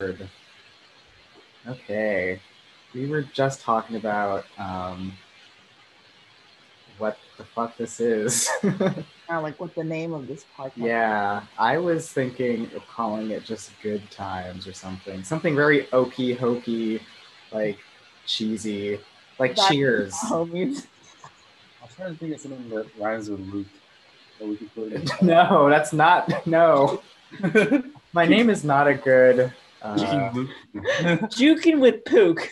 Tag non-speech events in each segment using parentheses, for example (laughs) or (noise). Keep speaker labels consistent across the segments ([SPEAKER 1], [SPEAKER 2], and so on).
[SPEAKER 1] Word. Okay. We were just talking about um, what the fuck this is. (laughs)
[SPEAKER 2] Uh, like what the name of this podcast?
[SPEAKER 1] yeah, I was thinking of calling it just Good Times or something. Something very okey hokey, like cheesy, like
[SPEAKER 2] That's-
[SPEAKER 1] Cheers.
[SPEAKER 2] Homies.
[SPEAKER 3] I'm trying to think of something that rhymes with Luke that we could put (laughs) in.
[SPEAKER 1] (laughs) No, that's not. No. (laughs) My name is not a good.
[SPEAKER 3] (laughs)
[SPEAKER 1] Uh,
[SPEAKER 3] Luke.
[SPEAKER 4] Juking with
[SPEAKER 2] (laughs)
[SPEAKER 4] Pook.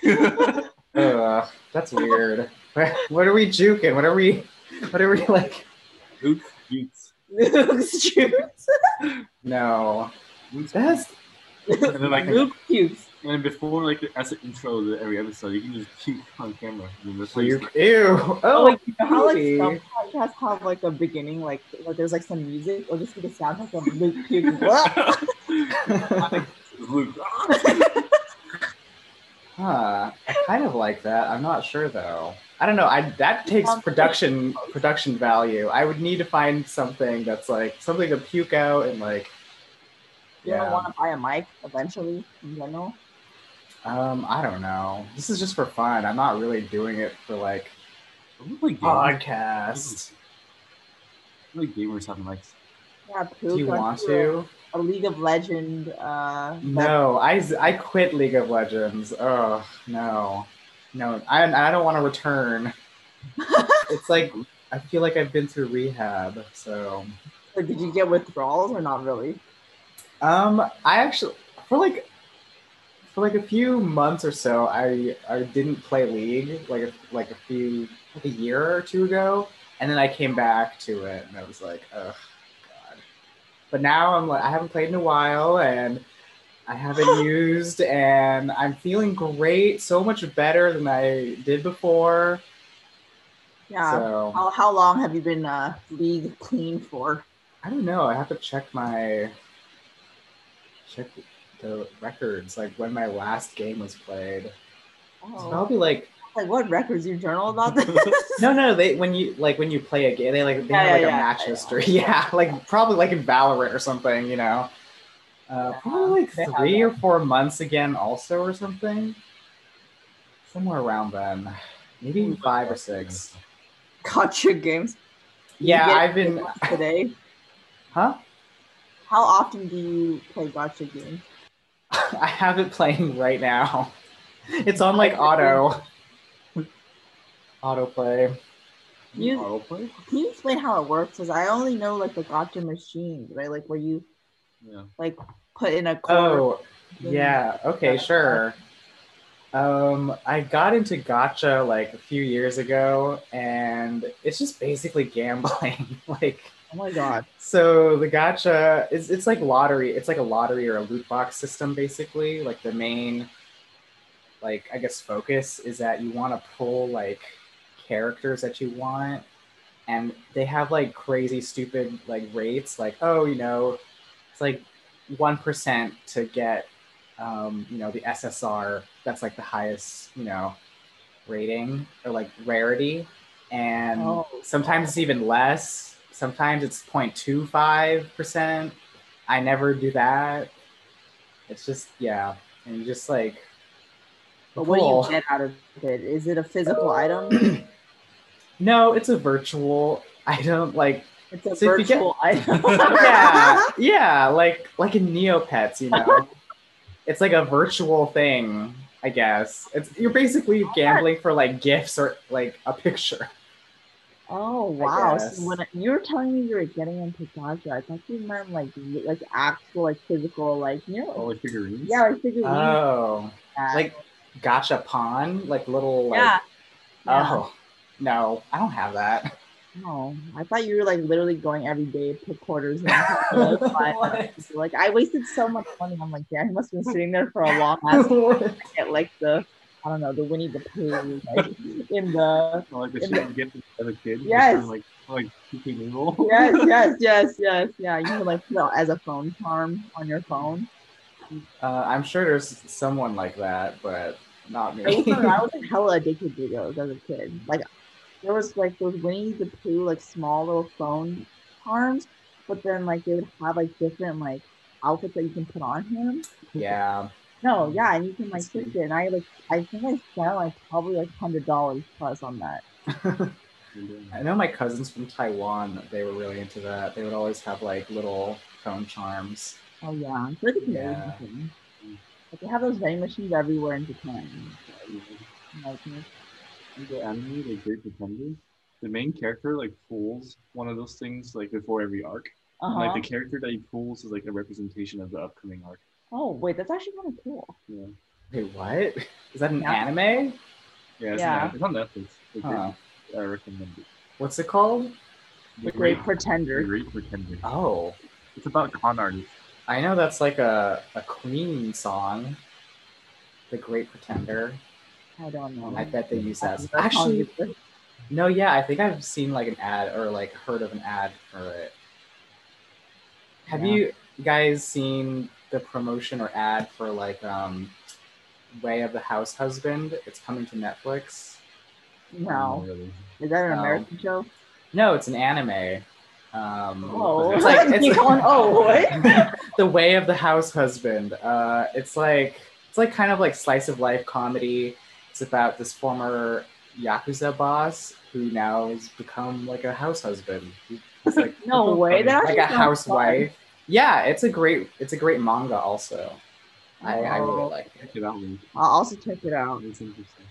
[SPEAKER 1] uh, that's weird. (laughs) What are we juking? What are we? What are we like?
[SPEAKER 3] (laughs) Luke Utes.
[SPEAKER 4] Luke's Jukes.
[SPEAKER 1] No.
[SPEAKER 3] Luke's-
[SPEAKER 1] That's
[SPEAKER 3] And then like
[SPEAKER 4] Luke Jukes.
[SPEAKER 3] and before like as an intro to every episode, you can just puke on camera. And that's how you
[SPEAKER 1] puke. Ew. Oh,
[SPEAKER 2] like, you know how like
[SPEAKER 1] pukey.
[SPEAKER 2] some podcasts have like a beginning, like like there's like some music, or just be the sound like of Luke (laughs) puking. What?
[SPEAKER 3] (laughs) Luke.
[SPEAKER 1] (laughs) Huh. I kind of like that. I'm not sure though. I don't know. I that takes production production value. I would need to find something that's like something to puke out and like
[SPEAKER 2] You don't want to buy a mic eventually, in general.
[SPEAKER 1] um I don't know. This is just for fun. I'm not really doing it for like
[SPEAKER 3] I'm like
[SPEAKER 1] Oh,
[SPEAKER 3] gamers.
[SPEAKER 1] podcast.
[SPEAKER 3] I'm like gamers have (laughs) mics.
[SPEAKER 2] Yeah, poop.
[SPEAKER 1] Do you
[SPEAKER 2] I
[SPEAKER 1] want
[SPEAKER 2] feel
[SPEAKER 1] to?
[SPEAKER 2] A League of Legend. Uh, like,
[SPEAKER 1] No. I z- I quit League of Legends. Oh, no. No. I I don't want to return. it's like I feel like I've been through rehab, so
[SPEAKER 2] or did you get withdrawals or not really?
[SPEAKER 1] Um, I actually for like for like a few months or so, I I didn't play League like a, like a few like a year or two ago, and then I came back to it, and I was like, oh god. But now I'm like I haven't played in a while, and I haven't used, and I'm feeling great, so much better than I did before.
[SPEAKER 2] Yeah.
[SPEAKER 1] So
[SPEAKER 2] How, how long have you been uh, league clean for?
[SPEAKER 1] I don't know. I have to check my check the records, like when my last game was played. It's
[SPEAKER 2] Oh,
[SPEAKER 1] probably like
[SPEAKER 2] like what records you journal about (laughs) this?
[SPEAKER 1] no, no. They when you like when you play a game, they like they
[SPEAKER 2] Yeah,
[SPEAKER 1] have like
[SPEAKER 2] yeah,
[SPEAKER 1] a
[SPEAKER 2] yeah,
[SPEAKER 1] match
[SPEAKER 2] yeah.
[SPEAKER 1] history. (laughs) Yeah, like probably like in Valorant or something. You know, uh, probably
[SPEAKER 2] they
[SPEAKER 1] like
[SPEAKER 2] have
[SPEAKER 1] three or four months again, also or something. Somewhere around then, maybe five or six.
[SPEAKER 2] Gotcha games. You
[SPEAKER 1] Yeah,
[SPEAKER 2] get
[SPEAKER 1] I've been.
[SPEAKER 2] today.
[SPEAKER 1] Huh?
[SPEAKER 2] How often do you play gotcha games?
[SPEAKER 1] (laughs) I have it playing right now. It's on like auto. Autoplay.
[SPEAKER 2] You-
[SPEAKER 3] autoplay?
[SPEAKER 2] Can you explain how it works? Because I only know like the gotcha machine, right? Like where you
[SPEAKER 3] Yeah.
[SPEAKER 2] like put in a quarter.
[SPEAKER 1] Oh, yeah. Okay, sure. Um, I got into gotcha like a few years ago, and it's just basically gambling. (laughs) like,
[SPEAKER 2] Oh my god.
[SPEAKER 1] so the gotcha is it's like lottery. It's like a lottery or a loot box system, basically. Like the main, like I guess focus is that you want to pull like characters that you want, and they have like crazy stupid like rates. Like oh, you know, it's like one percent to get, um, you know, the SSR. That's like the highest, you know, rating or like rarity, and
[SPEAKER 2] Oh.
[SPEAKER 1] sometimes it's even less. Sometimes it's 0.25 percent. I never do that. It's just yeah, and you just like.
[SPEAKER 2] But what
[SPEAKER 1] pull.
[SPEAKER 2] do you get out of it? Is it a
[SPEAKER 1] (clears throat)
[SPEAKER 2] physical item?
[SPEAKER 1] No, it's a virtual. I don't
[SPEAKER 2] (laughs)
[SPEAKER 1] like.
[SPEAKER 2] It's a
[SPEAKER 1] So if you get- (laughs)
[SPEAKER 2] virtual item.
[SPEAKER 1] Yeah, yeah, like like in Neopets, you know. it's like a virtual thing, I guess. It's you're basically gambling for like gifts or like a
[SPEAKER 2] (laughs)
[SPEAKER 1] picture.
[SPEAKER 2] (laughs) Oh wow!
[SPEAKER 1] guess.
[SPEAKER 2] So when I- you were telling me you were getting into gotcha, I thought you meant like li- like actual like physical like you know
[SPEAKER 3] All the Oh, figurines.
[SPEAKER 2] yeah like figurines.
[SPEAKER 1] Oh,
[SPEAKER 2] that.
[SPEAKER 1] like gotcha pawn, like little like.
[SPEAKER 2] yeah. yeah.
[SPEAKER 1] Oh no, I don't have that.
[SPEAKER 2] No, I thought you were like literally going every day put quarters. In. like, like I wasted so much money. I'm like, yeah, he must have been sitting there for a long time to get like the I don't know the Winnie the Pooh like, in the
[SPEAKER 3] Or, Oh, like the
[SPEAKER 2] And
[SPEAKER 3] shit you get as a kid.
[SPEAKER 2] Yes.
[SPEAKER 3] Kind of, Like like keeping noodle. (laughs)
[SPEAKER 2] yes yes yes yes yeah you can like put it as a phone charm on your phone.
[SPEAKER 1] (laughs) Uh, I'm sure there's someone like that, but not
[SPEAKER 2] I was,
[SPEAKER 1] me.
[SPEAKER 2] I was like, hella addicted to those as a kid. Like there was like those Winnie the Pooh like small little phone arms, but then like they would have like different like outfits that you can put on him.
[SPEAKER 1] (laughs) yeah,
[SPEAKER 2] No, yeah, and you can like
[SPEAKER 1] That's
[SPEAKER 2] switch it. And I like, I think I spent like probably like hundred dollars plus on that.
[SPEAKER 1] I know my cousins from Taiwan, they were really into that. They would always have like little phone charms.
[SPEAKER 2] Oh yeah, it's like a Canadian
[SPEAKER 1] Yeah.
[SPEAKER 2] thing. Like they have those vending machines everywhere in Japan. Like,
[SPEAKER 3] the anime, like Great Pretenders, the main character like pulls one of those things like before every arc. And,
[SPEAKER 2] uh-huh.
[SPEAKER 3] like the character that he pulls is like a representation of the upcoming arc.
[SPEAKER 2] oh wait, that's actually kind of cool.
[SPEAKER 3] Yeah,
[SPEAKER 1] Wait, what? Is that an
[SPEAKER 2] Yeah.
[SPEAKER 1] anime?
[SPEAKER 3] yeah, it's,
[SPEAKER 2] Yeah.
[SPEAKER 3] On, it's on Netflix. Like,
[SPEAKER 1] Huh.
[SPEAKER 3] I recommend it.
[SPEAKER 1] What's it called?
[SPEAKER 2] The Great
[SPEAKER 3] The
[SPEAKER 2] Pretender.
[SPEAKER 3] Great Pretender.
[SPEAKER 1] Oh,
[SPEAKER 3] It's about con artists.
[SPEAKER 1] I know that's like a, a Queen song, The Great Pretender.
[SPEAKER 2] I don't know.
[SPEAKER 1] I bet they use that.
[SPEAKER 2] That's
[SPEAKER 1] Actually,
[SPEAKER 2] probably-
[SPEAKER 1] no, yeah, I think I've seen like an ad or like heard of an ad for it. Have
[SPEAKER 2] Yeah.
[SPEAKER 1] you guys seen the promotion or ad for like um, Way of the House Husband? It's coming to Netflix.
[SPEAKER 2] no.
[SPEAKER 3] Really.
[SPEAKER 1] Oh.
[SPEAKER 2] Is that an
[SPEAKER 1] No.
[SPEAKER 2] American show?
[SPEAKER 1] No, it's an anime. Um,
[SPEAKER 2] (laughs) Oh,
[SPEAKER 1] It's like- it's-
[SPEAKER 2] Keep going, oh what?
[SPEAKER 1] the way of the house husband uh, it's like it's like kind of like slice of life comedy it's about this former yakuza boss who now has become like a house husband He's like (laughs)
[SPEAKER 2] No way.
[SPEAKER 1] like
[SPEAKER 2] That actually
[SPEAKER 1] a
[SPEAKER 2] sounds
[SPEAKER 1] housewife yeah it's a great it's a great manga also i, I really
[SPEAKER 2] Oh.
[SPEAKER 1] like it
[SPEAKER 3] Check it out. Link.
[SPEAKER 2] fun. I'll also check it out.
[SPEAKER 3] It's interesting.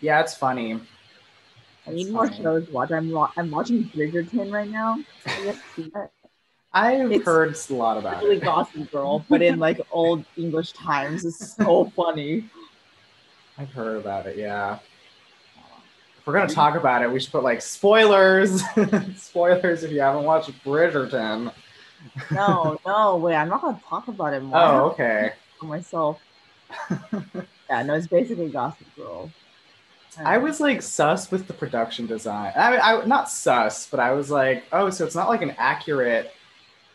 [SPEAKER 1] yeah it's funny
[SPEAKER 2] I need
[SPEAKER 1] It's
[SPEAKER 2] more
[SPEAKER 1] funny.
[SPEAKER 2] shows to watch. I'm wa- I'm watching Bridgerton right now. I guess see that.
[SPEAKER 1] i've
[SPEAKER 2] It's
[SPEAKER 1] heard a lot about
[SPEAKER 2] Really
[SPEAKER 1] it
[SPEAKER 2] Gossip Girl, but in like old English times.
[SPEAKER 1] (laughs)
[SPEAKER 2] It's so funny.
[SPEAKER 1] i've heard about it yeah if we're
[SPEAKER 2] Mm-hmm.
[SPEAKER 1] gonna talk about it we should put like spoilers (laughs) spoilers if you haven't watched bridgerton
[SPEAKER 2] No, no, wait, I'm not gonna talk about it more.
[SPEAKER 1] Oh, okay.
[SPEAKER 2] for myself. yeah, no, it's basically Gossip Girl.
[SPEAKER 1] I was like sus with the production design. I mean, I not sus, but I was like, oh, so it's not like an accurate,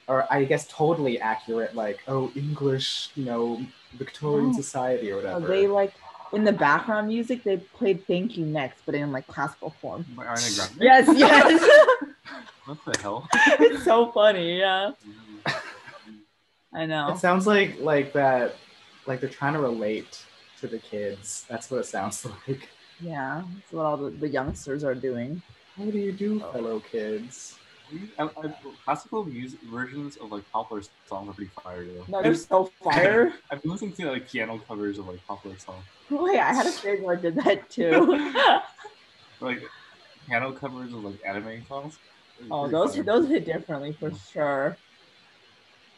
[SPEAKER 1] or I guess totally accurate, like oh English, you know, Victorian
[SPEAKER 2] No.
[SPEAKER 1] society or
[SPEAKER 2] Uh,
[SPEAKER 1] whatever.
[SPEAKER 2] they like in the background music they played "Thank You Next," but in like classical form.
[SPEAKER 3] By Ariana Grande.
[SPEAKER 2] Yes, (laughs) yes,
[SPEAKER 3] What the hell?
[SPEAKER 2] it's so funny. Yeah, I know.
[SPEAKER 1] It sounds like like that, like they're trying to relate to the kids. That's what it sounds (laughs) like.
[SPEAKER 2] Yeah, that's what all the, the youngsters are doing.
[SPEAKER 1] How do you do,
[SPEAKER 2] Oh.
[SPEAKER 1] fellow kids?
[SPEAKER 3] I, I, classical music versions of like popular songs are pretty fire though.
[SPEAKER 2] No, they're so
[SPEAKER 1] (clears throat)
[SPEAKER 2] fire.
[SPEAKER 3] I've been listening to like piano covers of like popular songs,
[SPEAKER 2] Wait, I had a friend who did
[SPEAKER 1] (laughs)
[SPEAKER 2] that too.
[SPEAKER 3] like piano covers of like anime songs. It's
[SPEAKER 2] oh,
[SPEAKER 3] pretty
[SPEAKER 2] those
[SPEAKER 3] fire.
[SPEAKER 2] those hit differently for sure.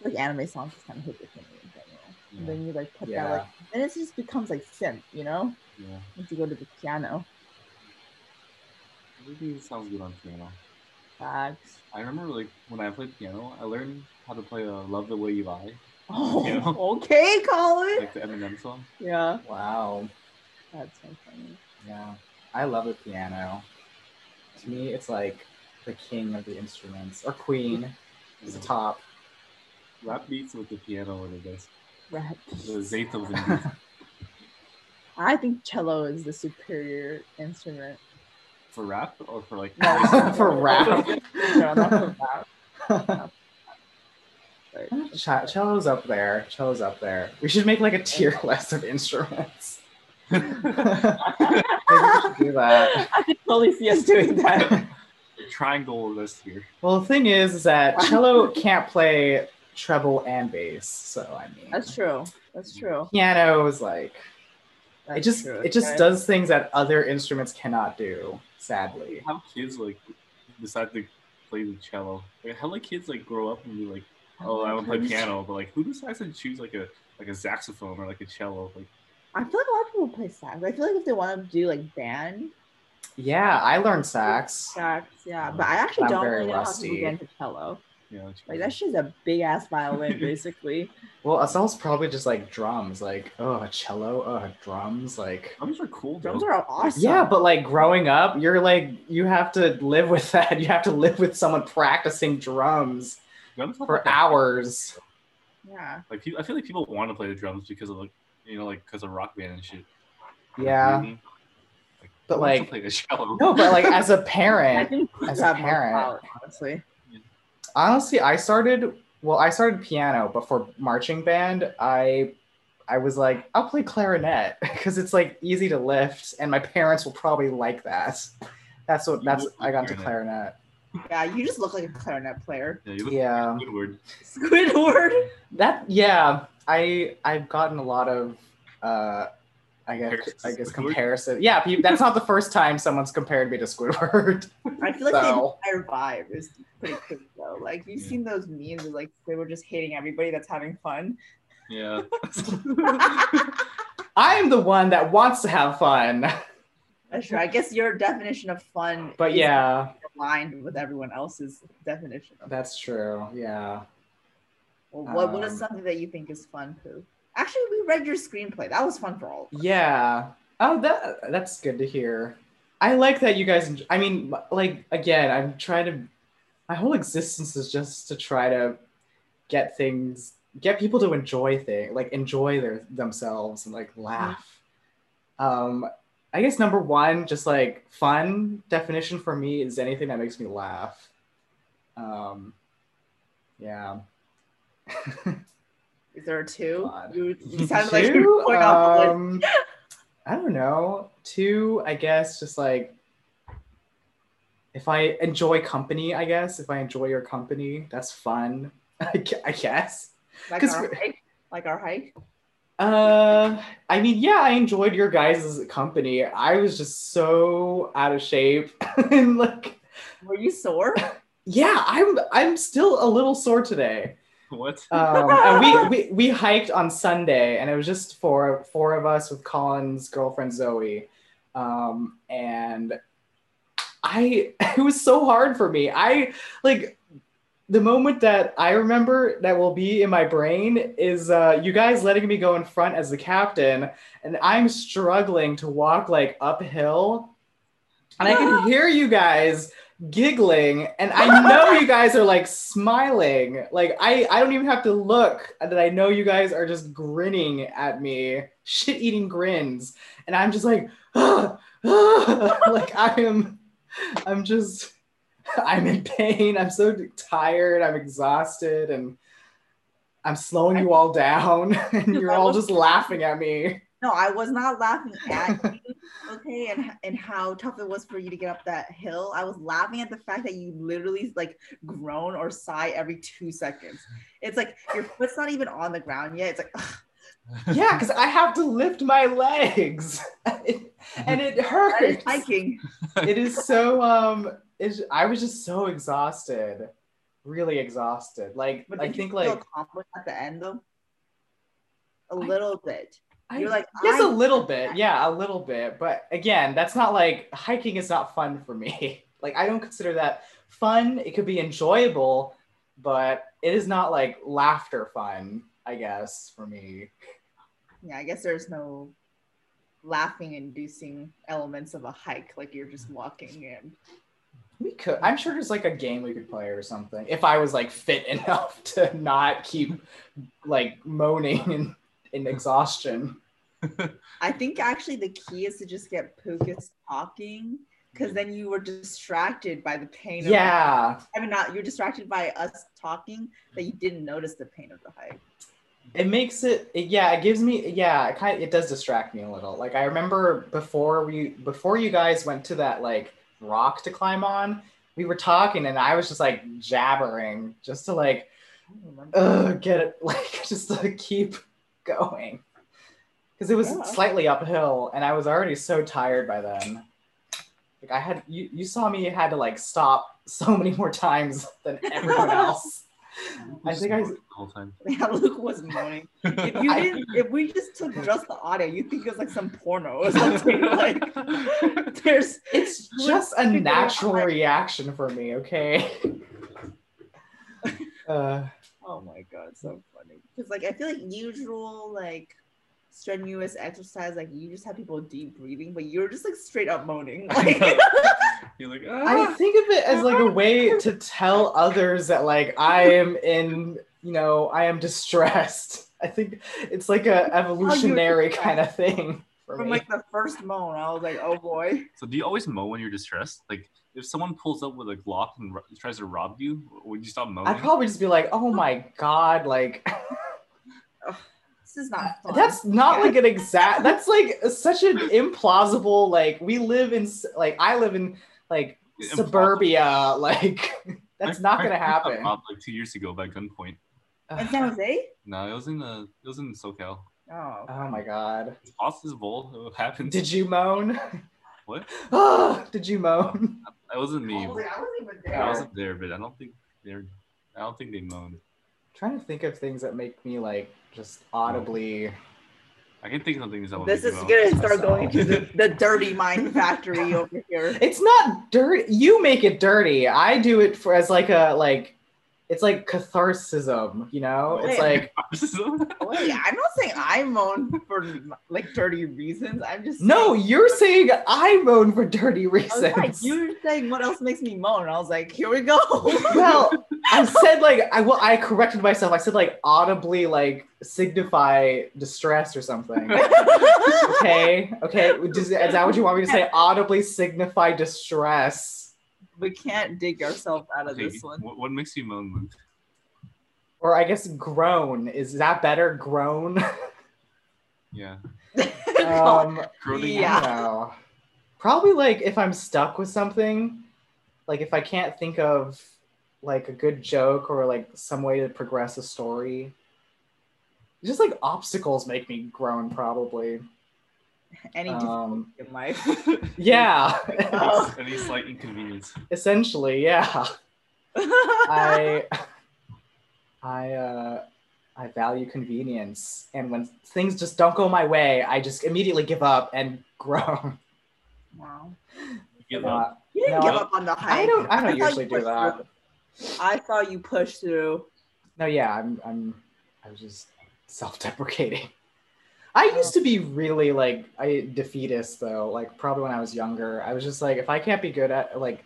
[SPEAKER 2] Like anime songs just kind of hit differently in general. And
[SPEAKER 3] Yeah,
[SPEAKER 2] then you like put that like
[SPEAKER 1] Yeah,
[SPEAKER 2] and it just becomes like synth, you know?
[SPEAKER 3] yeah.
[SPEAKER 2] Once you go to the piano.
[SPEAKER 3] Everything sounds good on piano.
[SPEAKER 2] Facts.
[SPEAKER 3] I remember like when I played piano, I learned how to play uh, "Love the Way You Lie,"
[SPEAKER 2] (laughs) Oh,
[SPEAKER 3] Yeah.
[SPEAKER 2] okay, Colin.
[SPEAKER 3] like the Eminem song.
[SPEAKER 2] Yeah,
[SPEAKER 1] wow.
[SPEAKER 2] that's so funny.
[SPEAKER 1] Yeah, I love the piano. To me, it's like the king of the instruments, or queen, is the
[SPEAKER 3] Yeah.
[SPEAKER 1] top.
[SPEAKER 3] Rap beats with the piano in it, guys.
[SPEAKER 2] Right.
[SPEAKER 3] The Beethoven.
[SPEAKER 2] (laughs)
[SPEAKER 3] beats.
[SPEAKER 2] I think cello is the superior
[SPEAKER 1] (laughs)
[SPEAKER 2] instrument.
[SPEAKER 3] for rap or for like
[SPEAKER 1] For rap.
[SPEAKER 2] No, not for rap.
[SPEAKER 1] (laughs)
[SPEAKER 2] but-
[SPEAKER 1] Ch- cello's up there. Cello's up there. We should make like a tier list of instruments. Maybe we should do that.
[SPEAKER 2] I could totally see us doing that.
[SPEAKER 3] (laughs) triangle this here.
[SPEAKER 1] Well, the thing is, is that cello can't play treble and bass. So I mean,
[SPEAKER 2] That's true. That's true.
[SPEAKER 1] piano is like it
[SPEAKER 2] That's
[SPEAKER 1] just
[SPEAKER 2] true,
[SPEAKER 1] it just
[SPEAKER 2] okay?
[SPEAKER 1] does things that other instruments cannot do. Sadly,
[SPEAKER 3] How kids like decide to play the cello? Like, how like kids like grow up and be like, oh, I want to play piano, but like who decides to choose like a like a saxophone or like a cello? Like
[SPEAKER 2] I feel like a lot of people play sax. I feel like if they want to do like band
[SPEAKER 1] yeah, I learned sax.
[SPEAKER 2] sax, yeah. But I actually
[SPEAKER 1] I'm
[SPEAKER 2] don't
[SPEAKER 1] Oh, very
[SPEAKER 2] really know how people
[SPEAKER 1] rusty.
[SPEAKER 2] get into cello.
[SPEAKER 3] you know, it's-
[SPEAKER 2] Like that shit's a big ass
[SPEAKER 1] (laughs)
[SPEAKER 2] violin, basically.
[SPEAKER 1] Well, Asal's probably just like drums, like oh, cello, oh, drums, like
[SPEAKER 3] drums are cool. Though.
[SPEAKER 2] Drums are awesome.
[SPEAKER 1] Yeah, but like growing up, you're like you have to live with (laughs) that. You have to live with someone practicing drums
[SPEAKER 3] drums are
[SPEAKER 1] for
[SPEAKER 3] like,
[SPEAKER 1] hours.
[SPEAKER 2] yeah.
[SPEAKER 3] like people, I feel like people want to play the drums because of like you know like because of rock band and shit.
[SPEAKER 2] Mm-hmm.
[SPEAKER 1] Yeah,
[SPEAKER 3] Mhm.
[SPEAKER 1] but
[SPEAKER 3] Who wants to
[SPEAKER 1] like
[SPEAKER 3] play the cello.
[SPEAKER 1] no, but like as a
[SPEAKER 2] (laughs) I
[SPEAKER 1] parent,
[SPEAKER 2] think
[SPEAKER 1] as
[SPEAKER 2] kids
[SPEAKER 1] a
[SPEAKER 2] have more
[SPEAKER 1] parent-
[SPEAKER 2] power, honestly.
[SPEAKER 1] honestly, I started well, I started piano, but for marching band, I I was like, I'll play clarinet (laughs) because it's like easy to lift, and my parents will probably like that. That's what.
[SPEAKER 3] You
[SPEAKER 1] That's
[SPEAKER 3] would
[SPEAKER 1] I got into
[SPEAKER 3] play
[SPEAKER 1] clarinet.
[SPEAKER 2] Yeah, you just look like a clarinet player. (laughs)
[SPEAKER 3] Yeah, you look
[SPEAKER 1] Yeah,
[SPEAKER 3] Squidward.
[SPEAKER 5] Squidward.
[SPEAKER 1] that. Yeah, I I've gotten a lot of. uh I guess
[SPEAKER 3] Comparisons
[SPEAKER 1] I
[SPEAKER 3] to
[SPEAKER 1] guess
[SPEAKER 3] Squidward?
[SPEAKER 1] comparison. Yeah, pe- that's not the first time someone's compared me to Squidward. (laughs)
[SPEAKER 2] I feel like
[SPEAKER 1] so
[SPEAKER 2] the entire vibe is pretty cool though. Like you've
[SPEAKER 3] Yeah.
[SPEAKER 2] seen those memes of like they were just hating everybody that's having fun.
[SPEAKER 3] Yeah.
[SPEAKER 1] (laughs)
[SPEAKER 3] (laughs)
[SPEAKER 1] I'm the one that wants to have fun. (laughs)
[SPEAKER 2] That's true. I guess your definition of fun
[SPEAKER 1] But
[SPEAKER 2] is
[SPEAKER 1] yeah,
[SPEAKER 2] aligned with everyone else's definition of
[SPEAKER 1] that's true. Yeah.
[SPEAKER 2] well, what
[SPEAKER 1] Um,
[SPEAKER 2] what is something that you think is fun, Pooh? Actually, we read your screenplay. That was fun for all. of us.
[SPEAKER 1] Yeah. Oh, that that's good to hear. I like that you guys. I mean, like again, I'm trying to. My whole existence is just to try to get things, get people to enjoy things, like enjoy their themselves and like laugh. Um, I guess number one, just like fun definition for me is anything that makes me laugh. Um, yeah.
[SPEAKER 2] Is there a two?
[SPEAKER 1] God.
[SPEAKER 2] You,
[SPEAKER 1] (laughs)
[SPEAKER 2] you sounded like you
[SPEAKER 1] Two,
[SPEAKER 2] were going off the list.
[SPEAKER 1] um, I don't know. Two, I guess, just like if I enjoy company, I guess if I enjoy your company, that's fun. (laughs) I gu- I guess.
[SPEAKER 2] like
[SPEAKER 1] 'cause
[SPEAKER 2] our
[SPEAKER 1] we-
[SPEAKER 2] hike. Like our hike.
[SPEAKER 1] Uh, I mean, yeah, I enjoyed your guys' company. I was just so out of shape (laughs) and like,
[SPEAKER 2] Were you sore?
[SPEAKER 1] yeah, I'm I'm still a little sore today.
[SPEAKER 3] what?
[SPEAKER 1] um, and we, we we hiked on Sunday, and it was just four four of us with Colin's girlfriend Zoe, um, and I (laughs) it was so hard for me. I like the moment that I remember that will be in my brain is uh, you guys letting me go in front as the captain, and I'm struggling to walk like uphill, and I can hear you guys giggling and i know you guys are like smiling like i i don't even have to look that i know you guys are just grinning at me shit eating grins and i'm just like (gasps) (sighs) like i am i'm just i'm in pain i'm so tired i'm exhausted and i'm slowing you all down (laughs) and you're all just laughing at me
[SPEAKER 2] No, I was not laughing
[SPEAKER 1] (laughs)
[SPEAKER 2] at you, okay, and and how tough it was for you to get up that hill. I was laughing at the fact that you literally like groan or sigh every two seconds. It's like your foot's not even on the ground yet. It's like
[SPEAKER 1] yeah because i have to lift my legs (laughs) and it hurts
[SPEAKER 2] that is
[SPEAKER 1] (laughs)
[SPEAKER 2] hiking.
[SPEAKER 1] it is so um it's, i was just so exhausted really exhausted like
[SPEAKER 2] But
[SPEAKER 1] i
[SPEAKER 2] did you
[SPEAKER 1] think
[SPEAKER 2] feel
[SPEAKER 1] like
[SPEAKER 2] accomplished at the end though. A little bit.
[SPEAKER 1] I-
[SPEAKER 2] You're like
[SPEAKER 1] yes a
[SPEAKER 2] I,
[SPEAKER 1] little bit yeah a little bit but again that's not like hiking is not fun for me (laughs) like i don't consider that fun it could be enjoyable but it is not like laughter fun i guess for me
[SPEAKER 2] yeah. I guess there's no laughing-inducing elements of a hike. Like you're just walking and
[SPEAKER 1] we could i'm sure there's like a game we could play or something if i was like fit (laughs) enough to not keep like moaning in, in exhaustion
[SPEAKER 2] I think actually the key is to just get Pukas talking because then you were distracted by the pain. Of
[SPEAKER 1] yeah
[SPEAKER 2] the, I mean, not you're distracted by us talking that you didn't notice the pain of the hike.
[SPEAKER 1] it makes it, it- yeah it gives me yeah it kind it does distract me a little like i remember before we before you guys went to that like rock to climb on we were talking and i was just like jabbering just to like
[SPEAKER 2] I don't remember.
[SPEAKER 1] ugh, get it (laughs) like just to keep going because it was
[SPEAKER 2] Yeah.
[SPEAKER 1] slightly uphill and i was already so tired by then like i had you, you saw me had to like stop so many more times than
[SPEAKER 2] (laughs)
[SPEAKER 1] everyone else I think I-
[SPEAKER 3] the whole
[SPEAKER 1] (laughs)
[SPEAKER 3] time.
[SPEAKER 2] (laughs) yeah, Luke was moaning. If you
[SPEAKER 1] I-
[SPEAKER 2] didn't, if we just took just the audio, you think it was like some porno or something. (laughs)
[SPEAKER 3] (laughs)
[SPEAKER 2] like there's
[SPEAKER 1] It's
[SPEAKER 2] Would
[SPEAKER 1] just a
[SPEAKER 2] figure out,
[SPEAKER 1] natural
[SPEAKER 2] like-
[SPEAKER 1] reaction for me,
[SPEAKER 3] (laughs)
[SPEAKER 1] okay? uh,
[SPEAKER 2] oh my god, so funny. Because like I feel like usual like strenuous exercise, like you just have people deep breathing, but you're just like straight up moaning. Like
[SPEAKER 1] (laughs)
[SPEAKER 3] You're like,
[SPEAKER 1] I
[SPEAKER 3] ah.
[SPEAKER 1] think of it as like a way to tell others that like I am in, you know, I am distressed. I think it's like
[SPEAKER 3] (laughs) Oh,
[SPEAKER 1] a evolutionary kind of thing for
[SPEAKER 2] from
[SPEAKER 1] me.
[SPEAKER 2] like the first moan, I was like, oh boy.
[SPEAKER 3] So do you always mow when you're distressed? Like, if someone pulls up with a Glock and ro- tries to rob you, would you stop mowing?
[SPEAKER 1] I'd probably just be like, oh my god, like
[SPEAKER 2] This is not fun.
[SPEAKER 1] That's not like an
[SPEAKER 3] (laughs)
[SPEAKER 1] exact. That's like such an implausible. Like we live in s- like I live in like
[SPEAKER 3] Implausible.
[SPEAKER 1] suburbia. Like (laughs) that's
[SPEAKER 3] I-
[SPEAKER 1] not
[SPEAKER 3] I
[SPEAKER 1] gonna
[SPEAKER 3] got
[SPEAKER 1] happen.
[SPEAKER 3] robbed, like two years ago by gunpoint.
[SPEAKER 2] in
[SPEAKER 6] (sighs)
[SPEAKER 2] San Jose.
[SPEAKER 3] No, it was in the it was in SoCal.
[SPEAKER 2] Oh,
[SPEAKER 1] Oh my god!
[SPEAKER 3] It's possible it happened.
[SPEAKER 1] Did you moan?
[SPEAKER 3] what?
[SPEAKER 1] Ah, Did you moan?
[SPEAKER 3] That wasn't
[SPEAKER 2] I
[SPEAKER 3] me.
[SPEAKER 2] was like, I wasn't even
[SPEAKER 3] I
[SPEAKER 2] there.
[SPEAKER 3] wasn't there, but I don't think they're. I don't think they moaned.
[SPEAKER 1] trying to think of things that make me like just audibly.
[SPEAKER 3] I can think of things that will
[SPEAKER 6] This
[SPEAKER 3] make
[SPEAKER 6] is
[SPEAKER 3] you (laughs) moan.
[SPEAKER 6] gonna start going to the, the dirty mind factory over
[SPEAKER 1] (laughs)
[SPEAKER 6] here.
[SPEAKER 1] It's not dirty. You make it dirty. I do it for as like a like. It's like catharsism, you know. It's
[SPEAKER 6] Wait.
[SPEAKER 1] like
[SPEAKER 6] Wait, I'm not saying I moan for like dirty reasons. I'm just
[SPEAKER 1] no.
[SPEAKER 6] saying-
[SPEAKER 1] You're saying I moan for dirty
[SPEAKER 6] I was
[SPEAKER 1] reasons.
[SPEAKER 6] like, you're saying what else makes me moan? I was like, here we go.
[SPEAKER 1] (laughs)
[SPEAKER 2] (laughs)
[SPEAKER 1] well i said like i well i corrected myself i said like audibly like signify distress or something
[SPEAKER 2] (laughs)
[SPEAKER 1] okay okay Does, is that what you want me to say audibly signify distress
[SPEAKER 6] we can't dig ourselves out of
[SPEAKER 3] Okay,
[SPEAKER 6] this one.
[SPEAKER 3] What, what makes you moan, Luke?
[SPEAKER 1] or i guess groan is that better groan
[SPEAKER 3] Yeah.
[SPEAKER 1] um
[SPEAKER 3] Groaning. (laughs)
[SPEAKER 1] I don't know. probably like if i'm stuck with something like if i can't think of like a good joke or like some way to progress a story just like obstacles make me groan probably
[SPEAKER 6] Any
[SPEAKER 1] um,
[SPEAKER 6] difficulty in life.
[SPEAKER 1] yeah (laughs)
[SPEAKER 6] (laughs) Oh.
[SPEAKER 3] Any slight inconvenience.
[SPEAKER 1] essentially yeah i i uh i value convenience and when things just don't go my way i just immediately give up and (laughs) groan
[SPEAKER 6] (laughs) wow.
[SPEAKER 3] You get
[SPEAKER 1] Uh,
[SPEAKER 3] up.
[SPEAKER 6] You didn't
[SPEAKER 1] No.
[SPEAKER 6] give up on the hype.
[SPEAKER 1] Uh, i don't i
[SPEAKER 6] I thought
[SPEAKER 1] don't
[SPEAKER 6] you
[SPEAKER 1] usually do
[SPEAKER 6] pushed
[SPEAKER 1] that
[SPEAKER 6] through. I thought you pushed through.
[SPEAKER 1] no yeah i'm i'm i was just self-deprecating i used to be really like i defeatist though like probably when i was younger i was just like if i can't be good at like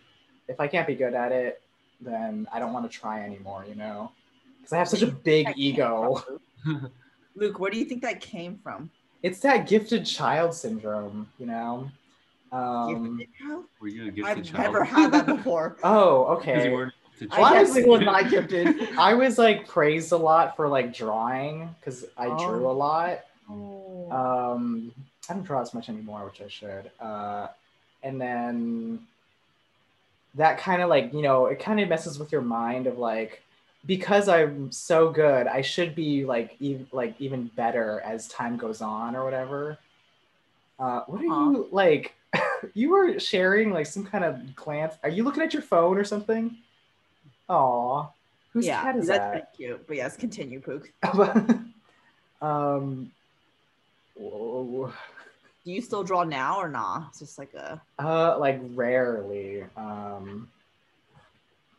[SPEAKER 1] if i can't be good at it then i don't want to try anymore you know because i have such a big ego
[SPEAKER 3] (laughs)
[SPEAKER 6] Luke, where do you think that came from?
[SPEAKER 1] it's that gifted child syndrome you know um
[SPEAKER 6] Gifted child?
[SPEAKER 3] Were you a gifted
[SPEAKER 6] I've
[SPEAKER 3] child?
[SPEAKER 6] never had
[SPEAKER 3] (laughs)
[SPEAKER 6] that
[SPEAKER 1] (laughs)
[SPEAKER 6] before.
[SPEAKER 1] oh
[SPEAKER 3] Because you
[SPEAKER 1] okay
[SPEAKER 3] weren't a gifted
[SPEAKER 1] Well,
[SPEAKER 6] I
[SPEAKER 1] I
[SPEAKER 3] child.
[SPEAKER 1] was-
[SPEAKER 6] definitely was not gifted. (laughs)
[SPEAKER 1] i was like praised a lot for like drawing because i drew
[SPEAKER 6] Oh.
[SPEAKER 1] a lot
[SPEAKER 6] Oh.
[SPEAKER 1] Um, I don't draw as much anymore, which I should. Uh, and then that kind of like you know it kind of messes with your mind of like because I'm so good, I should be like even like even better as time goes on or whatever. Uh, what are
[SPEAKER 6] Aw.
[SPEAKER 1] you like? (laughs) you were sharing like some kind of glance. Are you looking at your phone or something? Aw, whose
[SPEAKER 6] yeah,
[SPEAKER 1] cat is
[SPEAKER 6] that's
[SPEAKER 1] that?
[SPEAKER 6] pretty cute. But yes, continue, Pook.
[SPEAKER 1] (laughs) um. whoa.
[SPEAKER 6] Do you still draw now or nah? It's just like a
[SPEAKER 1] Uh, like rarely. Um,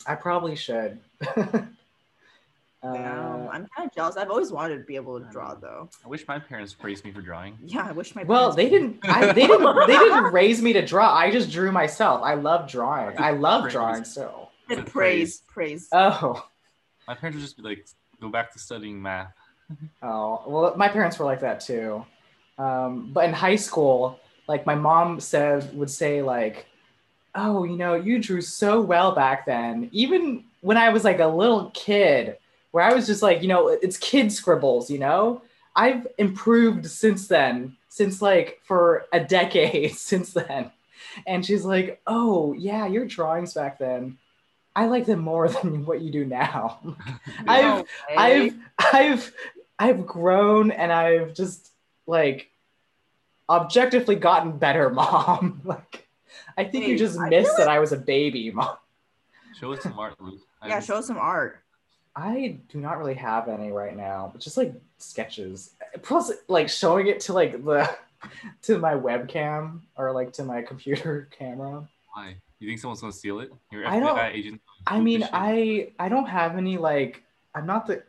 [SPEAKER 1] I probably should. (laughs) uh,
[SPEAKER 6] Damn, I'm kind of jealous. I've always wanted to be able to draw though.
[SPEAKER 3] I wish my parents praised me for drawing.
[SPEAKER 6] Yeah, I wish my
[SPEAKER 1] well,
[SPEAKER 6] parents-
[SPEAKER 1] they didn't. I, they didn't. They didn't raise me to draw. I just drew myself. I love drawing. I love drawing still.
[SPEAKER 6] Good praise, praise.
[SPEAKER 1] Oh,
[SPEAKER 3] My parents would just be like, go back to studying math.
[SPEAKER 1] oh. Well, my parents were like that too. Um, but in high school, like my mom said, would say like, "Oh, you know, you drew so well back then." Even when I was like a little kid, where I was just like, you know, it's kid scribbles, you know? I've improved since then, since like for a decade (laughs) since then. And she's like, oh, yeah, your drawings back then, I like them more (laughs) than what you do now. Uh, I've,
[SPEAKER 6] No way.
[SPEAKER 1] I've, I've, I've grown and I've just like objectively gotten better, (laughs) mom. like, I think you
[SPEAKER 6] Wait,
[SPEAKER 1] just
[SPEAKER 6] I
[SPEAKER 1] missed that I was a baby, mom.
[SPEAKER 3] Show us some art, Luke. I
[SPEAKER 6] yeah,
[SPEAKER 3] was-
[SPEAKER 6] show us some art.
[SPEAKER 1] I do not really have any right now, but just like sketches. Plus, like showing it to like the (laughs) to my webcam or like to my computer (laughs) camera.
[SPEAKER 3] Why? You think someone's gonna steal it? Your FBI
[SPEAKER 1] I don't-
[SPEAKER 3] agent.
[SPEAKER 1] I
[SPEAKER 3] Loot
[SPEAKER 1] mean,
[SPEAKER 3] this shit.
[SPEAKER 1] I I don't have any like I'm not the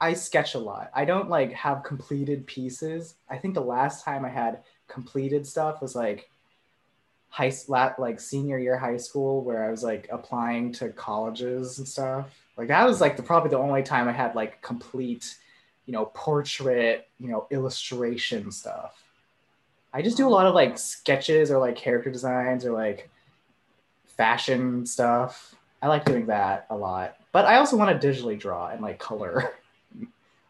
[SPEAKER 1] I sketch a lot. I don't like have completed pieces. I think the last time I had completed stuff was like high s- la- like senior year high school where I was like applying to colleges and stuff. Like that was like the probably the only time I had like complete, you know, portrait, you know, illustration stuff. I just do a lot of like sketches or like character designs or like fashion stuff. I like doing that a lot. But I also want to digitally draw and like color.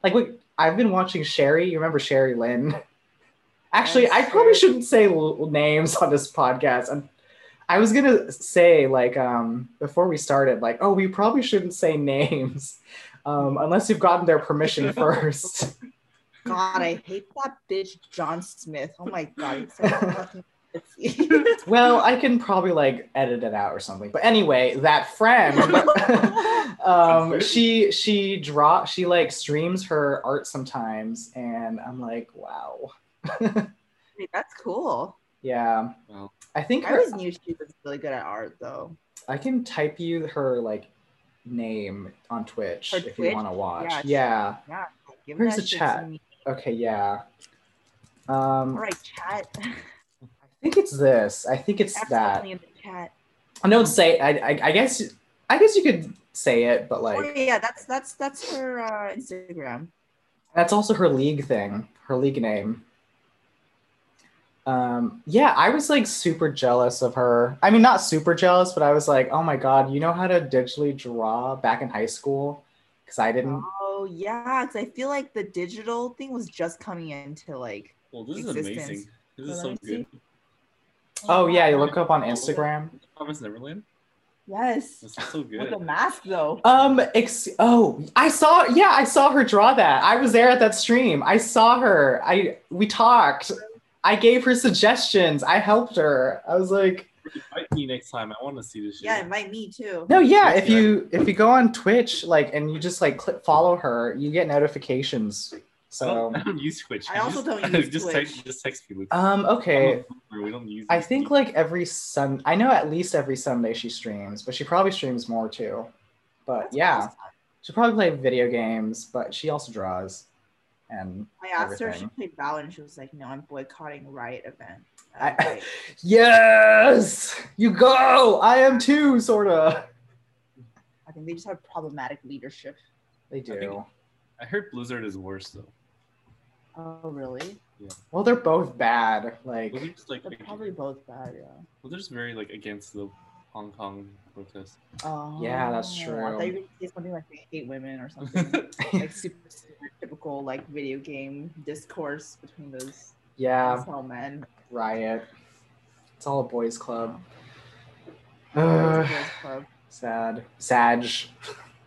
[SPEAKER 1] like what I've been watching Sherry. You remember Sherry Lynn?
[SPEAKER 2] (laughs)
[SPEAKER 1] Actually,
[SPEAKER 7] Yes,
[SPEAKER 1] I
[SPEAKER 7] Sherry.
[SPEAKER 1] probably shouldn't say l- names on this podcast. i I was gonna say like um, before we started, like, oh, we probably shouldn't say names um, unless you've gotten their
[SPEAKER 2] (laughs)
[SPEAKER 1] permission first.
[SPEAKER 2] God, I hate that bitch, John Smith. Oh my god, he's
[SPEAKER 6] (laughs)
[SPEAKER 2] so fucking pissy.
[SPEAKER 1] Well, I can probably like edit it out or something. But anyway, that
[SPEAKER 2] (laughs)
[SPEAKER 1] friend, um, she she draw she like streams her art sometimes, and I'm like, wow,
[SPEAKER 2] Wait, That's cool.
[SPEAKER 1] yeah.
[SPEAKER 3] Wow.
[SPEAKER 1] I think
[SPEAKER 2] I
[SPEAKER 1] her-
[SPEAKER 2] always knew she was really good at art, though.
[SPEAKER 1] I can type you her like name on Twitch
[SPEAKER 2] Her
[SPEAKER 1] if you
[SPEAKER 2] Twitch?
[SPEAKER 1] want to watch. Yeah.
[SPEAKER 2] Yeah, she- Yeah. Give
[SPEAKER 1] Where's
[SPEAKER 2] that
[SPEAKER 1] the
[SPEAKER 2] shit
[SPEAKER 1] chat?
[SPEAKER 2] to me.
[SPEAKER 1] Okay. Yeah.
[SPEAKER 2] All
[SPEAKER 1] Um,
[SPEAKER 2] right, chat.
[SPEAKER 1] I think it's this. I think it's
[SPEAKER 2] That's
[SPEAKER 1] that.
[SPEAKER 2] definitely in the chat.
[SPEAKER 1] I don't say. I, I. I guess. I guess you could say it, but
[SPEAKER 2] Oh
[SPEAKER 1] like.
[SPEAKER 2] yeah, that's that's that's her uh, Instagram.
[SPEAKER 1] That's also her league thing, her league name. Um, yeah, I was like super jealous of her. I mean, not super jealous, but I was like, oh my God, you know how to digitally draw back in high school? Because I didn't.
[SPEAKER 2] Oh yeah, because I feel like the digital thing was just coming into like.
[SPEAKER 3] Well, this is
[SPEAKER 2] Existence.
[SPEAKER 3] amazing. This is
[SPEAKER 2] Let
[SPEAKER 3] so
[SPEAKER 2] me see.
[SPEAKER 3] good.
[SPEAKER 1] Oh, yeah, you look up on Instagram.
[SPEAKER 3] Promise Neverland.
[SPEAKER 8] Yes.
[SPEAKER 3] This is so
[SPEAKER 8] With
[SPEAKER 3] good.
[SPEAKER 8] a mask though.
[SPEAKER 1] Um, ex- oh, I saw, yeah, I saw her draw that. I was there at that stream. I saw her. I, we talked. I gave her suggestions. I helped her. I was like,
[SPEAKER 3] Invite me next time. I want to see this shit.
[SPEAKER 8] Yeah, invite me too.
[SPEAKER 1] No, yeah.
[SPEAKER 3] That's
[SPEAKER 1] If you if you go on Twitch, like, and you just like click follow her, you get notifications.
[SPEAKER 3] I,
[SPEAKER 1] So,
[SPEAKER 3] don't, I don't (laughs) use Twitch.
[SPEAKER 8] I also
[SPEAKER 3] just, (laughs)
[SPEAKER 8] don't use
[SPEAKER 3] just
[SPEAKER 8] Twitch.
[SPEAKER 3] Text, just text me, Luke.
[SPEAKER 1] um,
[SPEAKER 3] I'm a
[SPEAKER 1] okay.
[SPEAKER 3] boomer. we don't use.
[SPEAKER 1] I
[SPEAKER 3] these
[SPEAKER 1] think
[SPEAKER 3] things.
[SPEAKER 1] like every sun, I know at least every Sunday she streams, but she probably streams more too. But
[SPEAKER 2] That's
[SPEAKER 1] yeah,
[SPEAKER 2] awesome.
[SPEAKER 1] she probably play video games, but she also draws. And
[SPEAKER 2] I asked her if she
[SPEAKER 1] Everything.
[SPEAKER 2] played Valorant, and she was like, "No, I'm boycotting Riot event."
[SPEAKER 1] I-
[SPEAKER 2] I'm
[SPEAKER 1] (laughs)
[SPEAKER 2] like,
[SPEAKER 1] yes, you go. I am too, sorta.
[SPEAKER 2] I think they just have problematic leadership.
[SPEAKER 1] They do.
[SPEAKER 3] think- I heard Blizzard is worse though.
[SPEAKER 2] Oh really?
[SPEAKER 1] Well, they're both bad. Like,
[SPEAKER 3] Blizzard's like,
[SPEAKER 2] They're
[SPEAKER 3] ag-
[SPEAKER 2] probably both bad. Yeah.
[SPEAKER 3] Blizzard's very like against the Hong Kong protests.
[SPEAKER 2] Oh,
[SPEAKER 1] Yeah, that's
[SPEAKER 2] I
[SPEAKER 1] true.
[SPEAKER 2] thought you were gonna say something like they hate women
[SPEAKER 1] (laughs)
[SPEAKER 2] or something like super typical like video game discourse between those
[SPEAKER 1] yeah.
[SPEAKER 2] asshole men.
[SPEAKER 1] (sighs) riot. It's all a boys' club.
[SPEAKER 2] Those
[SPEAKER 1] Ugh,
[SPEAKER 2] boys club.
[SPEAKER 1] (sighs) sad, Sag.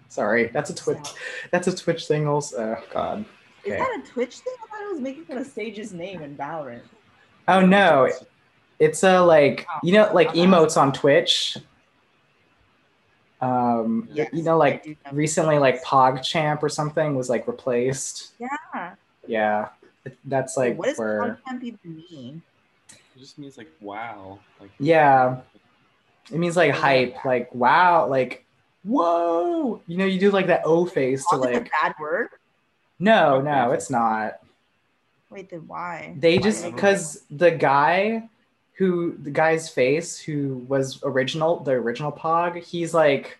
[SPEAKER 1] Sorry, that's a twitch.
[SPEAKER 2] So-
[SPEAKER 1] That's a twitch thing. Also, oh, God.
[SPEAKER 2] Is
[SPEAKER 1] Okay.
[SPEAKER 2] that a Twitch thing? I thought it was making fun of Sage's name in Valorant.
[SPEAKER 1] Oh no, it's a like you know like emotes on Twitch. Um, y-
[SPEAKER 2] Yes,
[SPEAKER 1] you know
[SPEAKER 2] I
[SPEAKER 1] like
[SPEAKER 2] do know.
[SPEAKER 1] recently like PogChamp or something was like replaced.
[SPEAKER 2] Yeah.
[SPEAKER 1] Yeah, that's like
[SPEAKER 2] what does
[SPEAKER 1] where.
[SPEAKER 2] content even mean?
[SPEAKER 3] It just means like wow. Like
[SPEAKER 1] Yeah. It means like hype, like wow, like whoa. You know, you do like that O face to
[SPEAKER 2] Pog is
[SPEAKER 1] like
[SPEAKER 2] a bad word.
[SPEAKER 1] No,
[SPEAKER 3] Okay.
[SPEAKER 1] no, it's not.
[SPEAKER 2] Wait, then why?
[SPEAKER 1] They
[SPEAKER 3] Why
[SPEAKER 1] just
[SPEAKER 3] not?
[SPEAKER 1] because the guy who the guy's face who was original the original pog, he's like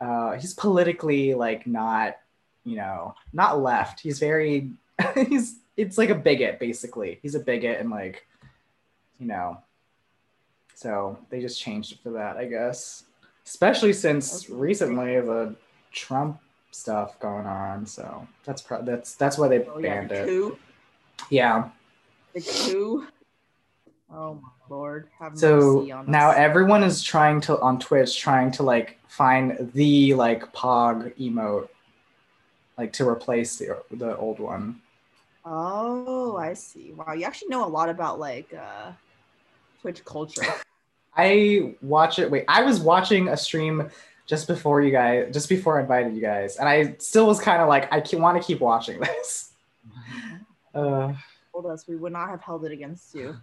[SPEAKER 1] uh he's politically like not, you know, not left. He's very (laughs) he's it's like a bigot basically. He's a bigot and like you know. So they just changed it for that, I guess. Especially since
[SPEAKER 2] Okay.
[SPEAKER 1] recently the Trump stuff going on, so that's pro- that's that's why they
[SPEAKER 2] Oh yeah,
[SPEAKER 1] banned
[SPEAKER 2] the
[SPEAKER 1] it.
[SPEAKER 2] coup.
[SPEAKER 1] Yeah.
[SPEAKER 2] The coup. Oh my lord, have
[SPEAKER 1] So
[SPEAKER 2] mercy on
[SPEAKER 1] now
[SPEAKER 2] us.
[SPEAKER 1] everyone is trying to on Twitch trying to like find the like pog emote like to replace the the old one.
[SPEAKER 2] oh, I see. Wow, you actually know a lot about like uh Twitch
[SPEAKER 1] (laughs)
[SPEAKER 2] culture.
[SPEAKER 1] I watch it wait, I was watching a stream just before you guys just before I invited you guys and I still was kind of like I want to keep watching (laughs)
[SPEAKER 3] (laughs)
[SPEAKER 1] this. Uh,
[SPEAKER 2] told us we would not have held it against you.
[SPEAKER 1] (sighs)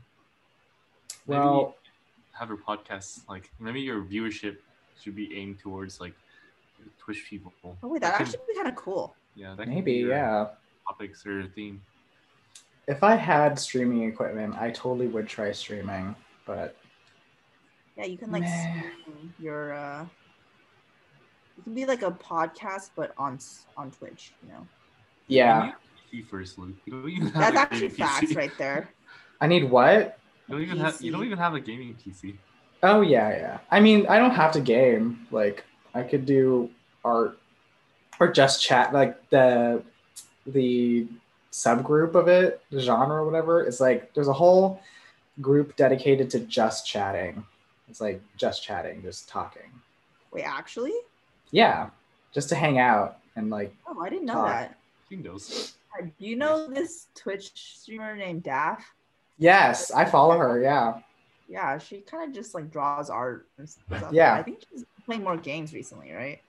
[SPEAKER 3] maybe
[SPEAKER 1] well,
[SPEAKER 3] have your podcast like maybe your viewership should be aimed towards like Twitch people.
[SPEAKER 2] Oh wait, that actually would be kind of cool.
[SPEAKER 3] yeah, that could be
[SPEAKER 1] maybe
[SPEAKER 3] your
[SPEAKER 1] yeah.
[SPEAKER 3] Topics or theme.
[SPEAKER 1] If I had streaming equipment, I totally would try streaming, but
[SPEAKER 2] Yeah, you can like
[SPEAKER 1] Meh.
[SPEAKER 2] stream your uh you can be like a podcast but on s- on Twitch, you know.
[SPEAKER 1] yeah.
[SPEAKER 3] You first, Luke. (laughs) You don't even have
[SPEAKER 2] That's
[SPEAKER 1] (laughs)
[SPEAKER 3] a
[SPEAKER 2] actually
[SPEAKER 3] gaming
[SPEAKER 2] facts
[SPEAKER 3] PC.
[SPEAKER 2] right there.
[SPEAKER 1] I need what?
[SPEAKER 3] You don't even have. You
[SPEAKER 2] PC.
[SPEAKER 3] don't even have a gaming PC.
[SPEAKER 1] Oh yeah, yeah. I mean, I don't have to game. Like I could do art or just chat like the the subgroup of it, the genre or whatever, is like there's a whole group dedicated to just chatting. It's like just chatting, just talking.
[SPEAKER 2] Wait, actually?
[SPEAKER 1] Yeah, just to hang out and like
[SPEAKER 2] Oh, I didn't know
[SPEAKER 1] Talk.
[SPEAKER 2] that.
[SPEAKER 3] She knows.
[SPEAKER 2] Uh, Do you know this Twitch streamer named Daff?
[SPEAKER 1] yes, I follow her. Yeah,
[SPEAKER 2] Yeah, she kind of just like draws art and stuff.
[SPEAKER 1] Yeah.
[SPEAKER 2] I think she's playing more games recently, right?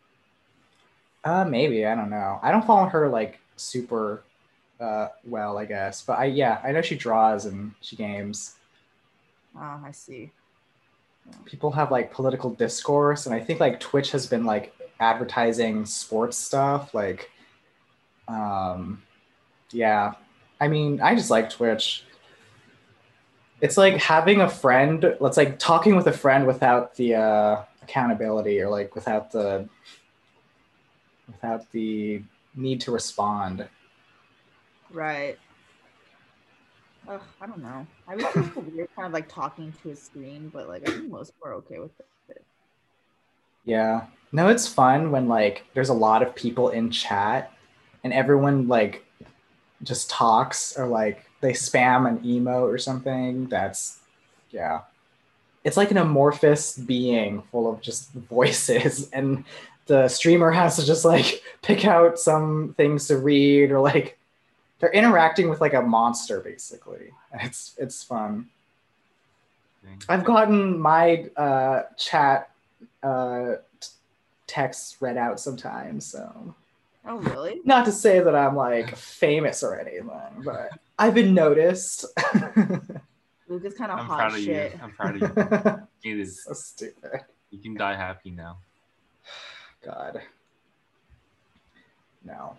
[SPEAKER 1] uh, maybe I don't know. I don't follow her like super uh, well, I guess. But I yeah, I know she draws and she games.
[SPEAKER 2] Oh, I see.
[SPEAKER 1] people have like political discourse and i think like twitch has been like advertising sports stuff like um yeah i mean i just like twitch it's like having a friend let's like talking with a friend without the uh accountability or like without the without the need to respond
[SPEAKER 2] Right. Ugh, I don't know. I was kind of weird, kind of like talking to a screen, but like I think most people are okay with it.
[SPEAKER 1] Yeah. No, it's fun when like there's a lot of people in chat and everyone like just talks or like they spam an emote or something. That's yeah. It's like an amorphous being full of just (laughs) voices and the streamer has to just like (laughs) pick out some things to read or like they're interacting with like a monster basically. It's it's fun. I've gotten my uh, chat uh, t- texts read out sometimes. So,
[SPEAKER 2] Oh, really?
[SPEAKER 1] not to say that I'm like famous or anything, but I've been noticed. (laughs)
[SPEAKER 2] Luke is kind of
[SPEAKER 3] I'm
[SPEAKER 2] hot
[SPEAKER 3] proud of
[SPEAKER 2] shit.
[SPEAKER 3] you. I'm proud of
[SPEAKER 1] so
[SPEAKER 3] you. It is.
[SPEAKER 1] stupid.
[SPEAKER 3] You can die happy now.
[SPEAKER 1] God. No.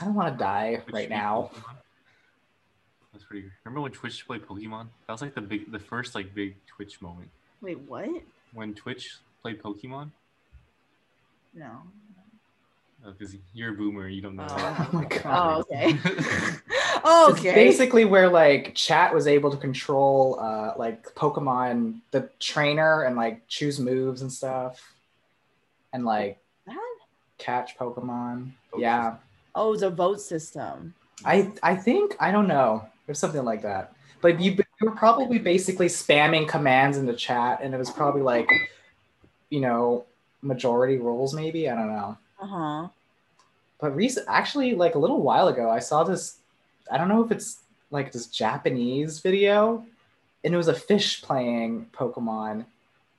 [SPEAKER 1] I don't want to die
[SPEAKER 3] Twitch
[SPEAKER 1] right
[SPEAKER 3] played
[SPEAKER 1] now.
[SPEAKER 3] Pokemon? That's pretty. Remember when Twitch played Pokemon? That was like the big, the first like big Twitch moment.
[SPEAKER 2] Wait, what?
[SPEAKER 3] When Twitch played Pokemon,
[SPEAKER 2] No.
[SPEAKER 3] because Oh, you're a boomer, you don't know.
[SPEAKER 1] (laughs) Oh my God.
[SPEAKER 2] Oh,
[SPEAKER 6] (laughs)
[SPEAKER 2] okay. (laughs) oh,
[SPEAKER 1] It's
[SPEAKER 2] okay.
[SPEAKER 1] basically where like chat was able to control uh like Pokemon the trainer and like choose moves and stuff. And like
[SPEAKER 2] That?
[SPEAKER 1] catch Pokemon.
[SPEAKER 3] Vote
[SPEAKER 1] Yeah.
[SPEAKER 6] Oh, it's a vote system.
[SPEAKER 1] I I think I don't know. There's something like that. But you, you were probably basically spamming commands in the chat and it was probably like you know majority rules maybe, I don't know.
[SPEAKER 6] Uh
[SPEAKER 2] Uh-huh.
[SPEAKER 6] huh.
[SPEAKER 1] But recent, actually, like a little while ago, I saw this. I don't know if it's like this Japanese video, and it was a fish playing Pokemon,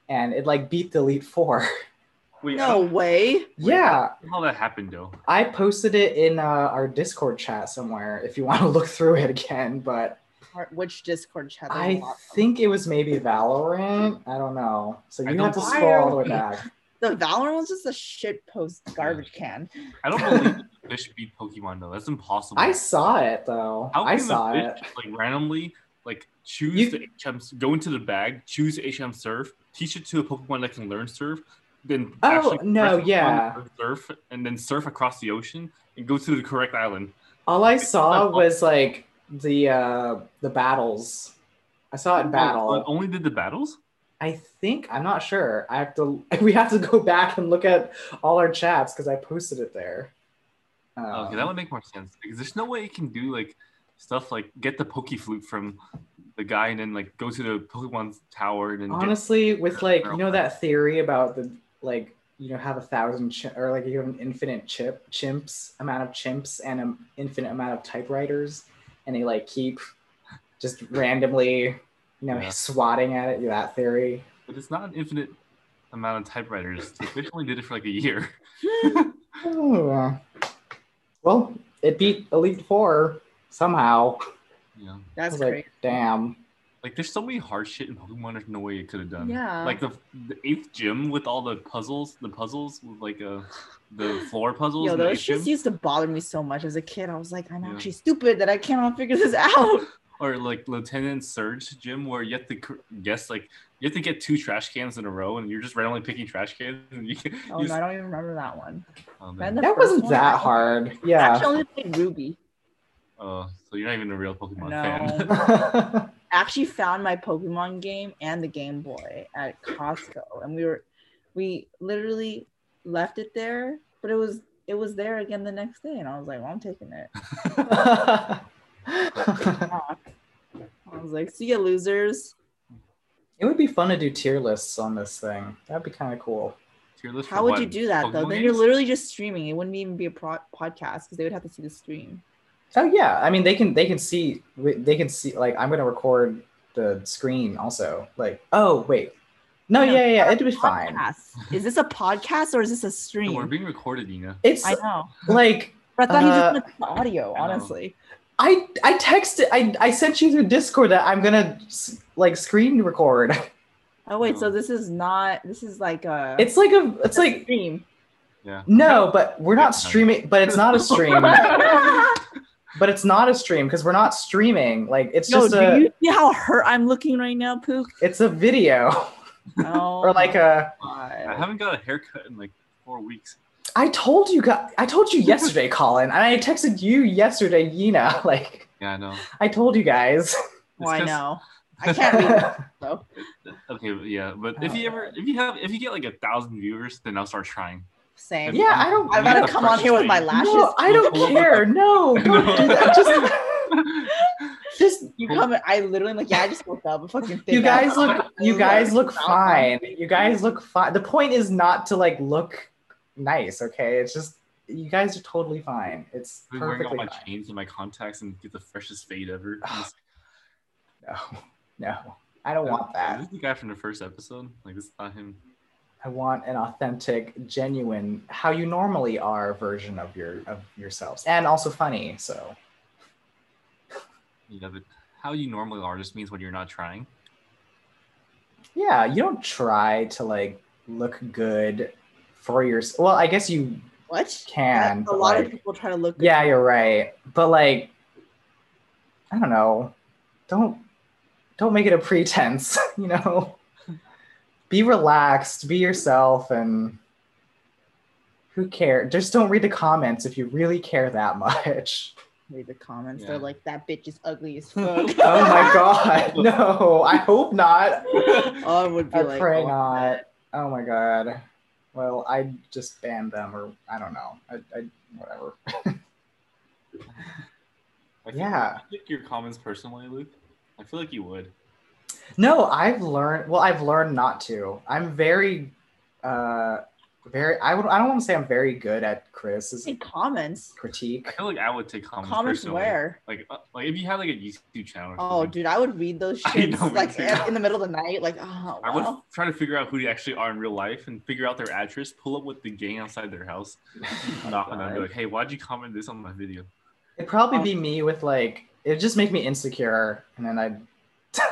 [SPEAKER 1] and it like beat the Elite Four. (laughs)
[SPEAKER 3] Wait, I
[SPEAKER 6] No
[SPEAKER 3] don't
[SPEAKER 6] way.
[SPEAKER 1] yeah,
[SPEAKER 3] know how that happened though.
[SPEAKER 1] I posted it in uh, our Discord chat somewhere if you (laughs) want to look through it again. But
[SPEAKER 6] Or- Which Discord chat? There's a
[SPEAKER 1] I
[SPEAKER 6] lot of them.
[SPEAKER 1] think it was maybe Valorant. I don't know. So
[SPEAKER 3] I
[SPEAKER 1] you have
[SPEAKER 3] don't
[SPEAKER 1] to
[SPEAKER 3] know.
[SPEAKER 1] scroll all the way
[SPEAKER 3] (laughs)
[SPEAKER 1] back.
[SPEAKER 6] the Valorant was just a shit post garbage can.
[SPEAKER 3] I don't believe that Fish beat Pokemon though. That's impossible.
[SPEAKER 1] I saw it though.
[SPEAKER 3] How
[SPEAKER 1] I
[SPEAKER 3] can the
[SPEAKER 1] saw
[SPEAKER 3] fish,
[SPEAKER 1] it.
[SPEAKER 3] Like randomly, like choose
[SPEAKER 1] You-
[SPEAKER 3] the HM, go into the bag, choose HM Surf, teach it to a Pokemon that can learn Surf, then
[SPEAKER 1] Oh,
[SPEAKER 3] actually
[SPEAKER 1] no,
[SPEAKER 3] press
[SPEAKER 1] yeah.
[SPEAKER 3] on Surf, and then surf across the ocean and go to the correct island.
[SPEAKER 1] All I saw was like the uh the battles. I saw it in
[SPEAKER 3] Oh, But
[SPEAKER 1] battle.
[SPEAKER 3] only did the battles.
[SPEAKER 1] I think I'm not sure. I have to. (laughs) We have to go back and look at all our chats because I posted it there. Um,
[SPEAKER 3] okay, that would make more sense because there's no way you can do like stuff like get the Pokeflute from the guy and then like go to the Pokemon's tower and then get-
[SPEAKER 1] honestly, with like you know that theory about the like you know have a thousand chi- or like you have an infinite chip chimps amount of chimps and an infinite amount of typewriters, and they like keep just randomly you know
[SPEAKER 3] Yeah.
[SPEAKER 1] swatting at it. That theory. (sighs)
[SPEAKER 3] but it's not an infinite amount of typewriters. (laughs) The fish only did it for like a year. (laughs)
[SPEAKER 1] Oh. Well, it beat Elite Four somehow.
[SPEAKER 3] You know?
[SPEAKER 1] I
[SPEAKER 6] That's
[SPEAKER 1] was
[SPEAKER 6] great.
[SPEAKER 1] like, damn.
[SPEAKER 3] Like there's so many hard shit in Pokemon. There's no way it could have done.
[SPEAKER 6] Yeah.
[SPEAKER 3] Like the, the eighth gym with all the puzzles, the puzzles with like uh, the floor puzzles.
[SPEAKER 6] Yo,
[SPEAKER 3] in the
[SPEAKER 6] those
[SPEAKER 3] eighth gym,
[SPEAKER 6] just used to bother me so much as a kid. I was like, I'm
[SPEAKER 3] Yeah.
[SPEAKER 6] actually stupid that I cannot figure this
[SPEAKER 3] (laughs)
[SPEAKER 6] out. Oh,
[SPEAKER 3] or like Lieutenant Surge gym where you have to cr- guess like you have to get two trash cans in a row and you're just randomly picking trash cans (laughs) and you. can
[SPEAKER 6] Oh
[SPEAKER 3] you
[SPEAKER 6] no, I don't even remember that one.
[SPEAKER 3] oh,
[SPEAKER 6] And
[SPEAKER 3] man.
[SPEAKER 6] the
[SPEAKER 1] That
[SPEAKER 6] first
[SPEAKER 1] wasn't
[SPEAKER 6] one,
[SPEAKER 1] that
[SPEAKER 6] I
[SPEAKER 1] hard.
[SPEAKER 6] Actually,
[SPEAKER 1] Yeah.
[SPEAKER 6] only played Ruby.
[SPEAKER 3] Oh, so you're not even a real Pokemon fan. (laughs)
[SPEAKER 6] No, actually found my Pokemon game and the Game Boy at Costco, and we were, we literally left it there, but it was it was there again the next day, and I was like, well, I'm taking
[SPEAKER 3] (laughs)
[SPEAKER 6] it.
[SPEAKER 1] (laughs)
[SPEAKER 6] (laughs)
[SPEAKER 2] I was like, see ya, losers.
[SPEAKER 1] it would be fun to do tier lists on this thing. That'd be kind of cool.
[SPEAKER 3] Tier list for
[SPEAKER 2] How would
[SPEAKER 3] what?
[SPEAKER 2] you do that though?
[SPEAKER 3] Pokemon
[SPEAKER 2] Then you're
[SPEAKER 3] games?
[SPEAKER 2] literally just streaming. It wouldn't even be a pro- podcast because they would have to see the stream.
[SPEAKER 1] So Oh, yeah, I mean they can they can see they can see like I'm gonna record the screen also. Like oh wait, no
[SPEAKER 2] Yeah,
[SPEAKER 1] yeah yeah, yeah it'd be fine.
[SPEAKER 2] Podcast. Is this a podcast or is this a
[SPEAKER 3] No, we're
[SPEAKER 2] stream?
[SPEAKER 3] being recorded, Nina.
[SPEAKER 1] It's
[SPEAKER 2] I know.
[SPEAKER 1] like
[SPEAKER 2] But I
[SPEAKER 1] Uh,
[SPEAKER 2] thought he just wanted the audio,
[SPEAKER 3] I know.
[SPEAKER 2] honestly.
[SPEAKER 1] I I texted I I sent you through Discord that I'm gonna s- like screen record.
[SPEAKER 2] Oh wait, so
[SPEAKER 3] No.
[SPEAKER 2] this is not this is like a
[SPEAKER 1] It's like a it's like (laughs)
[SPEAKER 2] stream.
[SPEAKER 1] no, but we're
[SPEAKER 3] Yeah.
[SPEAKER 1] not streaming. But it's not a
[SPEAKER 2] (laughs)
[SPEAKER 1] stream.
[SPEAKER 2] no,
[SPEAKER 1] but it's not a stream because we're not streaming. Like it's just
[SPEAKER 2] do
[SPEAKER 1] a
[SPEAKER 2] you see how hurt I'm looking right now, Pook?
[SPEAKER 1] it's a video
[SPEAKER 2] Oh,
[SPEAKER 1] (laughs) or like a.
[SPEAKER 3] I haven't got a haircut in like four weeks.
[SPEAKER 1] I told you gu- I told
[SPEAKER 3] (laughs)
[SPEAKER 1] you yesterday, Colin, and I texted you yesterday, Yina. (laughs) Like
[SPEAKER 3] Yeah, I know.
[SPEAKER 1] I told you guys.
[SPEAKER 2] well, Oh, I
[SPEAKER 3] 'cause-
[SPEAKER 2] know. I can't
[SPEAKER 1] (laughs)
[SPEAKER 2] read it, though.
[SPEAKER 3] Okay, but yeah, but if
[SPEAKER 2] Oh,
[SPEAKER 3] you ever, if you have, if you get like a thousand viewers, then I'll start trying.
[SPEAKER 2] Same.
[SPEAKER 1] yeah, I don't.
[SPEAKER 2] I
[SPEAKER 3] I'm
[SPEAKER 1] I
[SPEAKER 2] gotta
[SPEAKER 3] Yeah,
[SPEAKER 2] come on here with (laughs) my lashes.
[SPEAKER 1] no, I don't care. No, don't (laughs) do
[SPEAKER 3] (laughs)
[SPEAKER 1] that. Just, just
[SPEAKER 2] You come and I literally am like, yeah, I just woke up. I'm fucking thick
[SPEAKER 1] you guys
[SPEAKER 2] ass.
[SPEAKER 1] look you guys look fine you guys look fine the point is not to like look nice okay it's just you guys are totally fine it's
[SPEAKER 3] I'm wearing all
[SPEAKER 1] perfectly
[SPEAKER 3] my
[SPEAKER 1] fine.
[SPEAKER 3] chains and my contacts and get the freshest fade ever. I'm just
[SPEAKER 1] no no i don't want
[SPEAKER 3] Is
[SPEAKER 1] that
[SPEAKER 3] this the guy from the first episode? Like, this is not him.
[SPEAKER 1] i want an authentic genuine how you normally are version of your of yourselves and also funny so
[SPEAKER 3] You know, but how you normally are just means when you're not
[SPEAKER 1] (laughs)
[SPEAKER 3] trying.
[SPEAKER 1] yeah you don't try to like look good for your well i guess you
[SPEAKER 2] What?
[SPEAKER 1] can
[SPEAKER 2] a
[SPEAKER 1] but,
[SPEAKER 2] lot
[SPEAKER 1] like-
[SPEAKER 2] of people try to look.
[SPEAKER 1] Yeah, you're right. But like, I don't know. Don't don't make it a pretense. (laughs) You know, be relaxed, be yourself, and who cares? Just don't read the comments if you really care that much.
[SPEAKER 2] Read the comments.
[SPEAKER 3] Yeah.
[SPEAKER 2] They're like, that bitch is ugly as fuck.
[SPEAKER 1] (laughs) Oh my god, (laughs) no! I hope not.
[SPEAKER 2] (laughs) I would be
[SPEAKER 1] I
[SPEAKER 2] like,
[SPEAKER 1] pray
[SPEAKER 2] oh,
[SPEAKER 1] not. Oh my god. Well, I just banned them, or I don't know. I, I whatever.
[SPEAKER 3] I
[SPEAKER 1] Yeah.
[SPEAKER 3] I think your comments personally, Luke. I feel like you would.
[SPEAKER 1] No, I've learned. Well, I've learned not to. I'm very, uh, very. I would. I don't want to say I'm very good at criticism,
[SPEAKER 2] Say comments.
[SPEAKER 1] critique.
[SPEAKER 3] I feel like I would take comments.
[SPEAKER 2] Comments
[SPEAKER 3] personally.
[SPEAKER 2] where?
[SPEAKER 3] Like, uh, like if you had like a YouTube channel. or
[SPEAKER 2] Oh,
[SPEAKER 3] something,
[SPEAKER 2] dude, I would read those
[SPEAKER 3] (laughs) I
[SPEAKER 2] shits
[SPEAKER 3] know, me
[SPEAKER 2] like
[SPEAKER 3] too.
[SPEAKER 2] at- in the middle of the night. Like, oh,
[SPEAKER 3] I would
[SPEAKER 2] wow.
[SPEAKER 3] try to figure out who they actually are in real life and figure out their address, pull up with the gang outside
[SPEAKER 1] (laughs)
[SPEAKER 3] their house,
[SPEAKER 1] Oh
[SPEAKER 3] knock on them, be like, hey, why'd you Oh. comment this on my video?
[SPEAKER 1] It'd probably be me with like. It'd just make me insecure, and then I'd,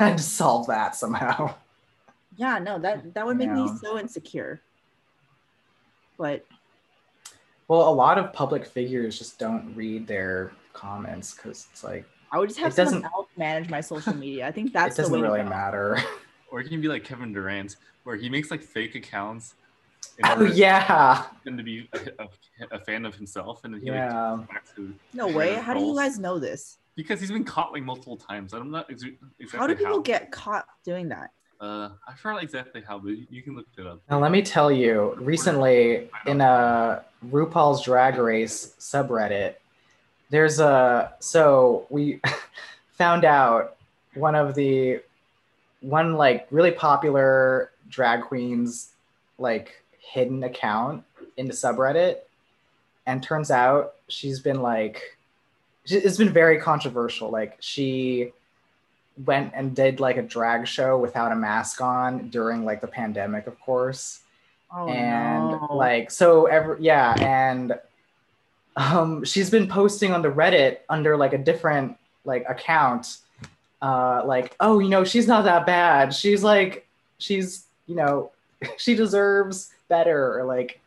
[SPEAKER 1] (laughs) I'd solve that somehow. (laughs)
[SPEAKER 2] yeah, no, that that would make me
[SPEAKER 1] Yeah.
[SPEAKER 2] so insecure. But
[SPEAKER 1] Well, a lot of public figures just don't read their comments because it's like
[SPEAKER 2] I would just have
[SPEAKER 1] It
[SPEAKER 2] someone
[SPEAKER 1] doesn't-
[SPEAKER 2] else manage my social media. I think that's
[SPEAKER 1] it
[SPEAKER 2] the
[SPEAKER 1] doesn't
[SPEAKER 2] way. to
[SPEAKER 1] really
[SPEAKER 2] go.
[SPEAKER 1] matter.
[SPEAKER 3] Or you can be like Kevin Durant, where he makes like fake accounts in
[SPEAKER 1] Oh
[SPEAKER 3] order
[SPEAKER 1] yeah,
[SPEAKER 3] for him to be a, a- a fan of himself, and then he like,
[SPEAKER 1] yeah.
[SPEAKER 3] goes back to
[SPEAKER 2] No way. How do you
[SPEAKER 3] Trolls.
[SPEAKER 2] guys know this?
[SPEAKER 3] because he's been caught like multiple times. I'm not ex- exactly
[SPEAKER 2] How do people get caught doing that?
[SPEAKER 3] Uh, I forgot exactly how, but you can look
[SPEAKER 1] (laughs)
[SPEAKER 3] it up. (laughs)
[SPEAKER 1] Now let me tell you, recently in a RuPaul's Drag Race subreddit, there's a so we (laughs) found out one of the one like really popular drag queens like hidden account in the subreddit and turns out she's been like she- it's been very controversial like she went and did like a drag show without a mask on during like the pandemic of course
[SPEAKER 2] Oh
[SPEAKER 1] and
[SPEAKER 2] no.
[SPEAKER 1] like so every yeah and um she's been posting on the reddit under like a different like account uh like oh you know she's not that bad she's like she's you know (laughs) she deserves better or like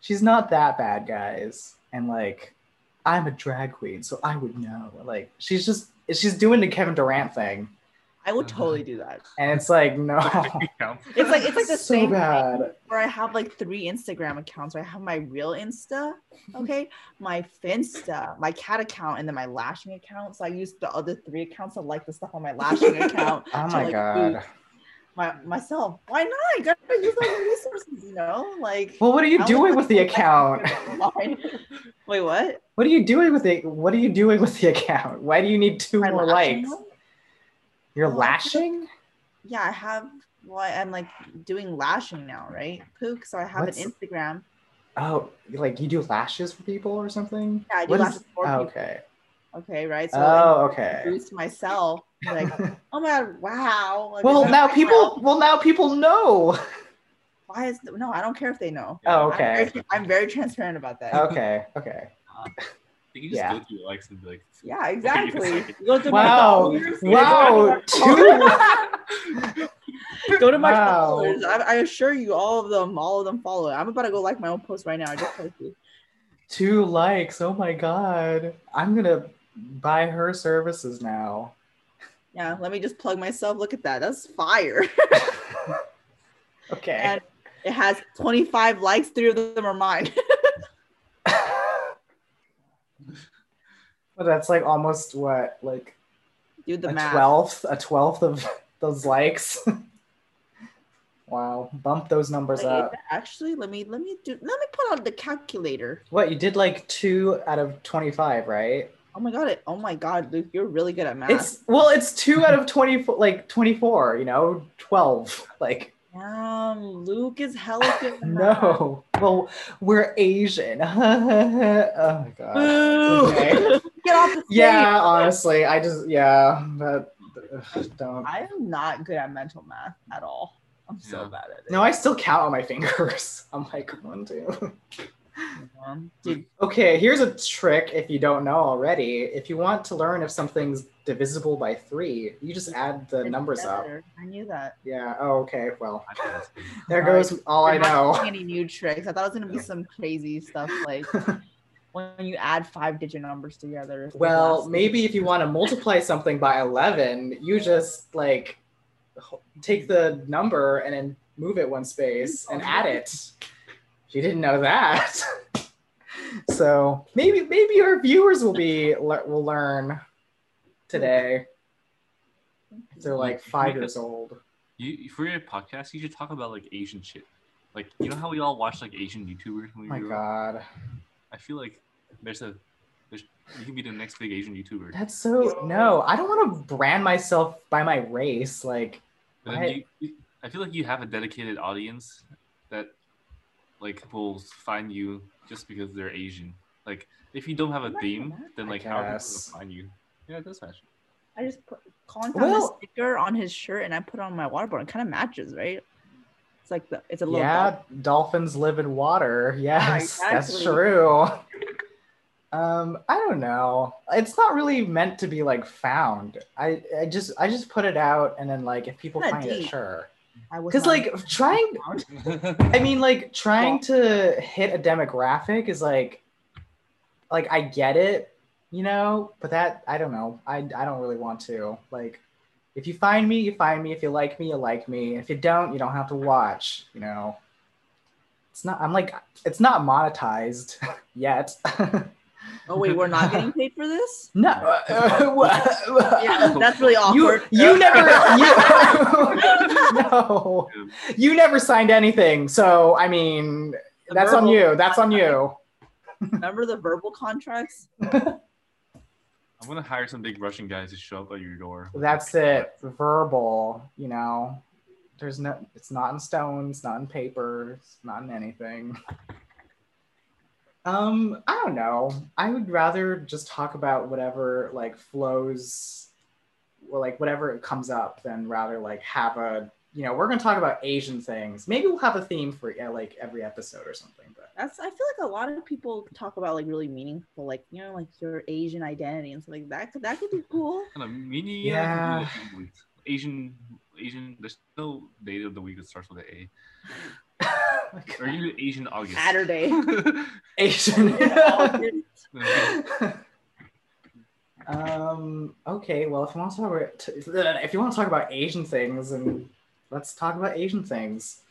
[SPEAKER 1] she's not that bad guys and like i'm a drag queen so i would know like she's just she's doing the kevin durant thing
[SPEAKER 2] I
[SPEAKER 3] (laughs)
[SPEAKER 2] would totally do that.
[SPEAKER 1] and it's like no
[SPEAKER 3] Accounts.
[SPEAKER 2] It's
[SPEAKER 3] (laughs)
[SPEAKER 2] like it's like the
[SPEAKER 1] (laughs) so
[SPEAKER 2] same
[SPEAKER 1] bad
[SPEAKER 2] where I have like three Instagram accounts. I have my
[SPEAKER 1] (laughs)
[SPEAKER 2] real Insta, okay, my Finsta, my cat account, and then my
[SPEAKER 1] (laughs)
[SPEAKER 2] lashing account. So I use the other three accounts to like the stuff on my lashing account.
[SPEAKER 1] oh
[SPEAKER 2] to,
[SPEAKER 1] my
[SPEAKER 2] like,
[SPEAKER 1] god
[SPEAKER 2] do- my myself. Why not? I gotta use all the resources, you know? Like
[SPEAKER 1] Well, what are you doing with the account?
[SPEAKER 2] (laughs) Wait, what?
[SPEAKER 1] What are you doing with the What are you doing with the account? Why do you need two (laughs)
[SPEAKER 2] My
[SPEAKER 1] more
[SPEAKER 2] lashing
[SPEAKER 1] likes?
[SPEAKER 2] one?
[SPEAKER 1] You're
[SPEAKER 2] Well,
[SPEAKER 1] lashing?
[SPEAKER 2] Yeah, I have well, I'm like doing lashing now, right? Pook. So I have
[SPEAKER 1] What's-
[SPEAKER 2] an Instagram.
[SPEAKER 1] Oh, like you do lashes for people or something?
[SPEAKER 2] Yeah, I do
[SPEAKER 1] What is-
[SPEAKER 2] lashes for
[SPEAKER 1] oh,
[SPEAKER 2] people.
[SPEAKER 1] okay.
[SPEAKER 2] Okay, right. So I
[SPEAKER 1] Oh, okay.
[SPEAKER 2] boost myself.
[SPEAKER 1] (laughs)
[SPEAKER 2] Like, oh my god, wow. Like,
[SPEAKER 1] Well,
[SPEAKER 2] is that
[SPEAKER 1] now
[SPEAKER 2] my
[SPEAKER 1] people.
[SPEAKER 2] mouth?
[SPEAKER 1] Well, now people know.
[SPEAKER 2] why is no, I don't care if they know.
[SPEAKER 1] Oh,
[SPEAKER 2] I'm very,
[SPEAKER 1] okay.
[SPEAKER 2] tra- I'm very transparent about that.
[SPEAKER 1] Okay. Okay.
[SPEAKER 3] You can just
[SPEAKER 1] Yeah.
[SPEAKER 3] go through your likes and be like,
[SPEAKER 2] Yeah,
[SPEAKER 3] Wait
[SPEAKER 2] exactly.
[SPEAKER 3] a
[SPEAKER 4] (laughs)
[SPEAKER 3] second.
[SPEAKER 4] Go to
[SPEAKER 1] Wow.
[SPEAKER 4] my followers.
[SPEAKER 1] Wow. Two.
[SPEAKER 4] Go to my
[SPEAKER 1] Wow.
[SPEAKER 2] Followers, I, I assure you, all of them, all of them follow it. I'm about to go like my own post right now. I just posted. (laughs)
[SPEAKER 1] Two likes. Oh my god. I'm gonna buy her services now.
[SPEAKER 2] Yeah, let me just plug myself. Look at that. That's fire. (laughs)
[SPEAKER 1] Okay.
[SPEAKER 2] And it has 25 likes. Three of them are mine. (laughs)
[SPEAKER 1] but that's like almost what, like
[SPEAKER 2] Dude, the
[SPEAKER 1] a
[SPEAKER 2] math.
[SPEAKER 1] twelfth, a twelfth of (laughs) those likes. (laughs) wow. Bump those numbers
[SPEAKER 2] Wait,
[SPEAKER 1] up.
[SPEAKER 2] Actually, let me let me do let me put out the calculator.
[SPEAKER 1] What you did like two out of twenty-five, right?
[SPEAKER 2] Oh my god! It, oh my god, Luke, you're really good at math.
[SPEAKER 1] It's well, it's two out of twenty-four, like twenty-four. You know, twelve. (laughs) Like
[SPEAKER 2] Damn, Luke is hella good. at
[SPEAKER 1] (laughs)
[SPEAKER 2] math. (laughs)
[SPEAKER 1] no. Well, we're Asian. (laughs) oh my god.
[SPEAKER 2] (laughs)
[SPEAKER 4] Boo.
[SPEAKER 1] Okay.
[SPEAKER 2] get off the stage.
[SPEAKER 1] Yeah, honestly, I just yeah, that ugh, don't.
[SPEAKER 2] I am not good at mental math at all. I'm so
[SPEAKER 3] Yeah.
[SPEAKER 2] bad at it.
[SPEAKER 1] No, I still count on my fingers. (laughs) I'm like one, two.
[SPEAKER 2] man. Dude,
[SPEAKER 1] Okay, here's a trick if you don't know already. If you want to learn if something's divisible by three, you just add the
[SPEAKER 2] I knew
[SPEAKER 1] numbers
[SPEAKER 2] that
[SPEAKER 1] up.
[SPEAKER 2] better. I knew that.
[SPEAKER 1] Yeah. Oh, okay. Well,
[SPEAKER 3] I can ask.
[SPEAKER 1] there
[SPEAKER 2] All right.
[SPEAKER 1] goes all Oh, I
[SPEAKER 2] You're not
[SPEAKER 1] know.
[SPEAKER 2] teaching Any new tricks? I thought it was gonna be some crazy stuff
[SPEAKER 1] (laughs)
[SPEAKER 2] like when you add five digit numbers together. it's the
[SPEAKER 1] Well,
[SPEAKER 2] last-
[SPEAKER 1] maybe if you want to multiply something by 11, you just like h- take the number and then move it one space and add it. She didn't know that. (laughs) so maybe maybe our viewers will be le- will learn today. They're like five years old.
[SPEAKER 3] You for your podcast, you should talk about like Asian shit. Like you know how we all watch like Asian YouTubers
[SPEAKER 1] Oh
[SPEAKER 3] when we
[SPEAKER 1] my
[SPEAKER 3] grew up?
[SPEAKER 1] god,
[SPEAKER 3] I feel like there's a there's you can be the next big Asian YouTuber.
[SPEAKER 1] that's so no. I don't want to brand myself by my race. Like
[SPEAKER 3] But then
[SPEAKER 1] Right.
[SPEAKER 3] you, you, I feel like you have a dedicated audience that like will find you just because they're Asian. Like if you don't have a
[SPEAKER 2] Imagine
[SPEAKER 3] theme,
[SPEAKER 2] that.
[SPEAKER 3] then
[SPEAKER 1] I
[SPEAKER 3] like how are people
[SPEAKER 1] guess.
[SPEAKER 3] gonna find you? Yeah, it does match.
[SPEAKER 2] I just put Colin found
[SPEAKER 1] Well-
[SPEAKER 2] a sticker on his shirt and I put it on my water bottle. It kind of matches, right? It's like the it's a little
[SPEAKER 1] yeah,
[SPEAKER 2] dot.
[SPEAKER 1] dolphins live in
[SPEAKER 2] (laughs)
[SPEAKER 1] water. Yes, that's
[SPEAKER 2] exactly.
[SPEAKER 1] true. Um, I don't know. It's not really meant to be like found. I, I just I just put it out and then like if people
[SPEAKER 2] Not
[SPEAKER 1] find it,
[SPEAKER 2] deep.
[SPEAKER 1] sure.
[SPEAKER 2] I was
[SPEAKER 1] Because
[SPEAKER 2] not-
[SPEAKER 1] like trying, I mean like trying to hit a demographic is like, like I get it, you know. But that I don't know. I I don't really want to like. If you find me, you find me. If you like me, you like me. If you don't, you don't have to watch. You know. It's not. I'm like. It's not monetized (laughs) yet.
[SPEAKER 2] oh wait, we're
[SPEAKER 1] (laughs)
[SPEAKER 2] not getting paid for this.
[SPEAKER 1] No. uh,
[SPEAKER 2] Yeah, (laughs) that's really
[SPEAKER 1] you
[SPEAKER 2] awkward.
[SPEAKER 1] you never you, (laughs) no. You never signed anything. So I mean,
[SPEAKER 2] The
[SPEAKER 1] that's on
[SPEAKER 2] verbal-
[SPEAKER 1] you. That's on you.
[SPEAKER 2] Remember the verbal contracts?
[SPEAKER 3] (laughs) I'm gonna hire some big Russian guys to show up at your door.
[SPEAKER 1] That's it. Verbal, you know. There's no it's not in stone, it's not in paper, it's not in anything. Um, I don't know. I would rather just talk about whatever like flows or like whatever comes up than rather like have a you know, we're gonna talk about Asian things. Maybe we'll have a theme for yeah, like every episode or something, but (laughs)
[SPEAKER 2] That's I feel like a lot of people talk about like really meaningful, like you know, like your Asian identity and stuff like that. Could that could be (laughs) cool.
[SPEAKER 3] Kind of mini
[SPEAKER 1] Yeah.
[SPEAKER 3] Asian Asian there's no day of the week that starts with an A. Or you Asian August.
[SPEAKER 2] Saturday.
[SPEAKER 1] Asian
[SPEAKER 2] (laughs)
[SPEAKER 3] August.
[SPEAKER 1] (laughs) um. Okay. Well, if you want to talk about if you want to talk about Asian things, and let's talk about Asian things.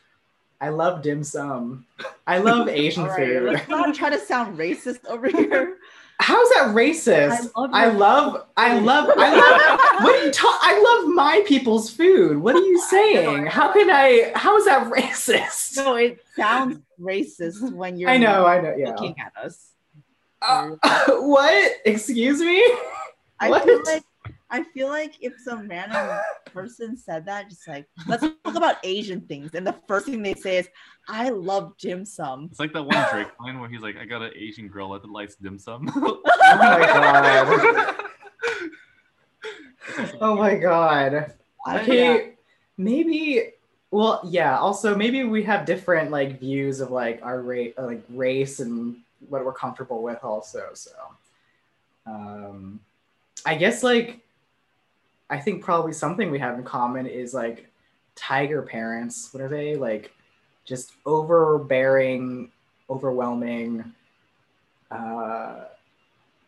[SPEAKER 1] I love dim sum. I love Asian
[SPEAKER 2] All right,
[SPEAKER 1] food.
[SPEAKER 2] (laughs) let's not try to sound racist over here.
[SPEAKER 1] How's that racist?
[SPEAKER 4] I love
[SPEAKER 1] I
[SPEAKER 4] your-
[SPEAKER 1] love, I love, I
[SPEAKER 2] (laughs)
[SPEAKER 1] love. what are you talk? I love my people's food. What are you saying? How can I? How is that racist?
[SPEAKER 6] No, it sounds racist when you're
[SPEAKER 1] I know, I know. Yeah.
[SPEAKER 6] looking at us.
[SPEAKER 1] Uh, (laughs) what? Excuse me?
[SPEAKER 2] I
[SPEAKER 1] What?
[SPEAKER 2] feel like I feel like if some random person said that, just like let's talk about Asian things, and the first thing they say is, "I love dim sum."
[SPEAKER 3] (laughs) It's like that one Drake line where he's like, "I got an Asian girl that likes dim (laughs) sum."
[SPEAKER 1] (laughs) Oh my god. Oh my god.
[SPEAKER 2] I-
[SPEAKER 1] Okay, maybe. Well, yeah. Also, maybe we have different like views of like our race, like race, and what we're comfortable with. Also, so um, I guess like I think probably something we have in common is like tiger parents. What are they like? Just overbearing, overwhelming. Uh,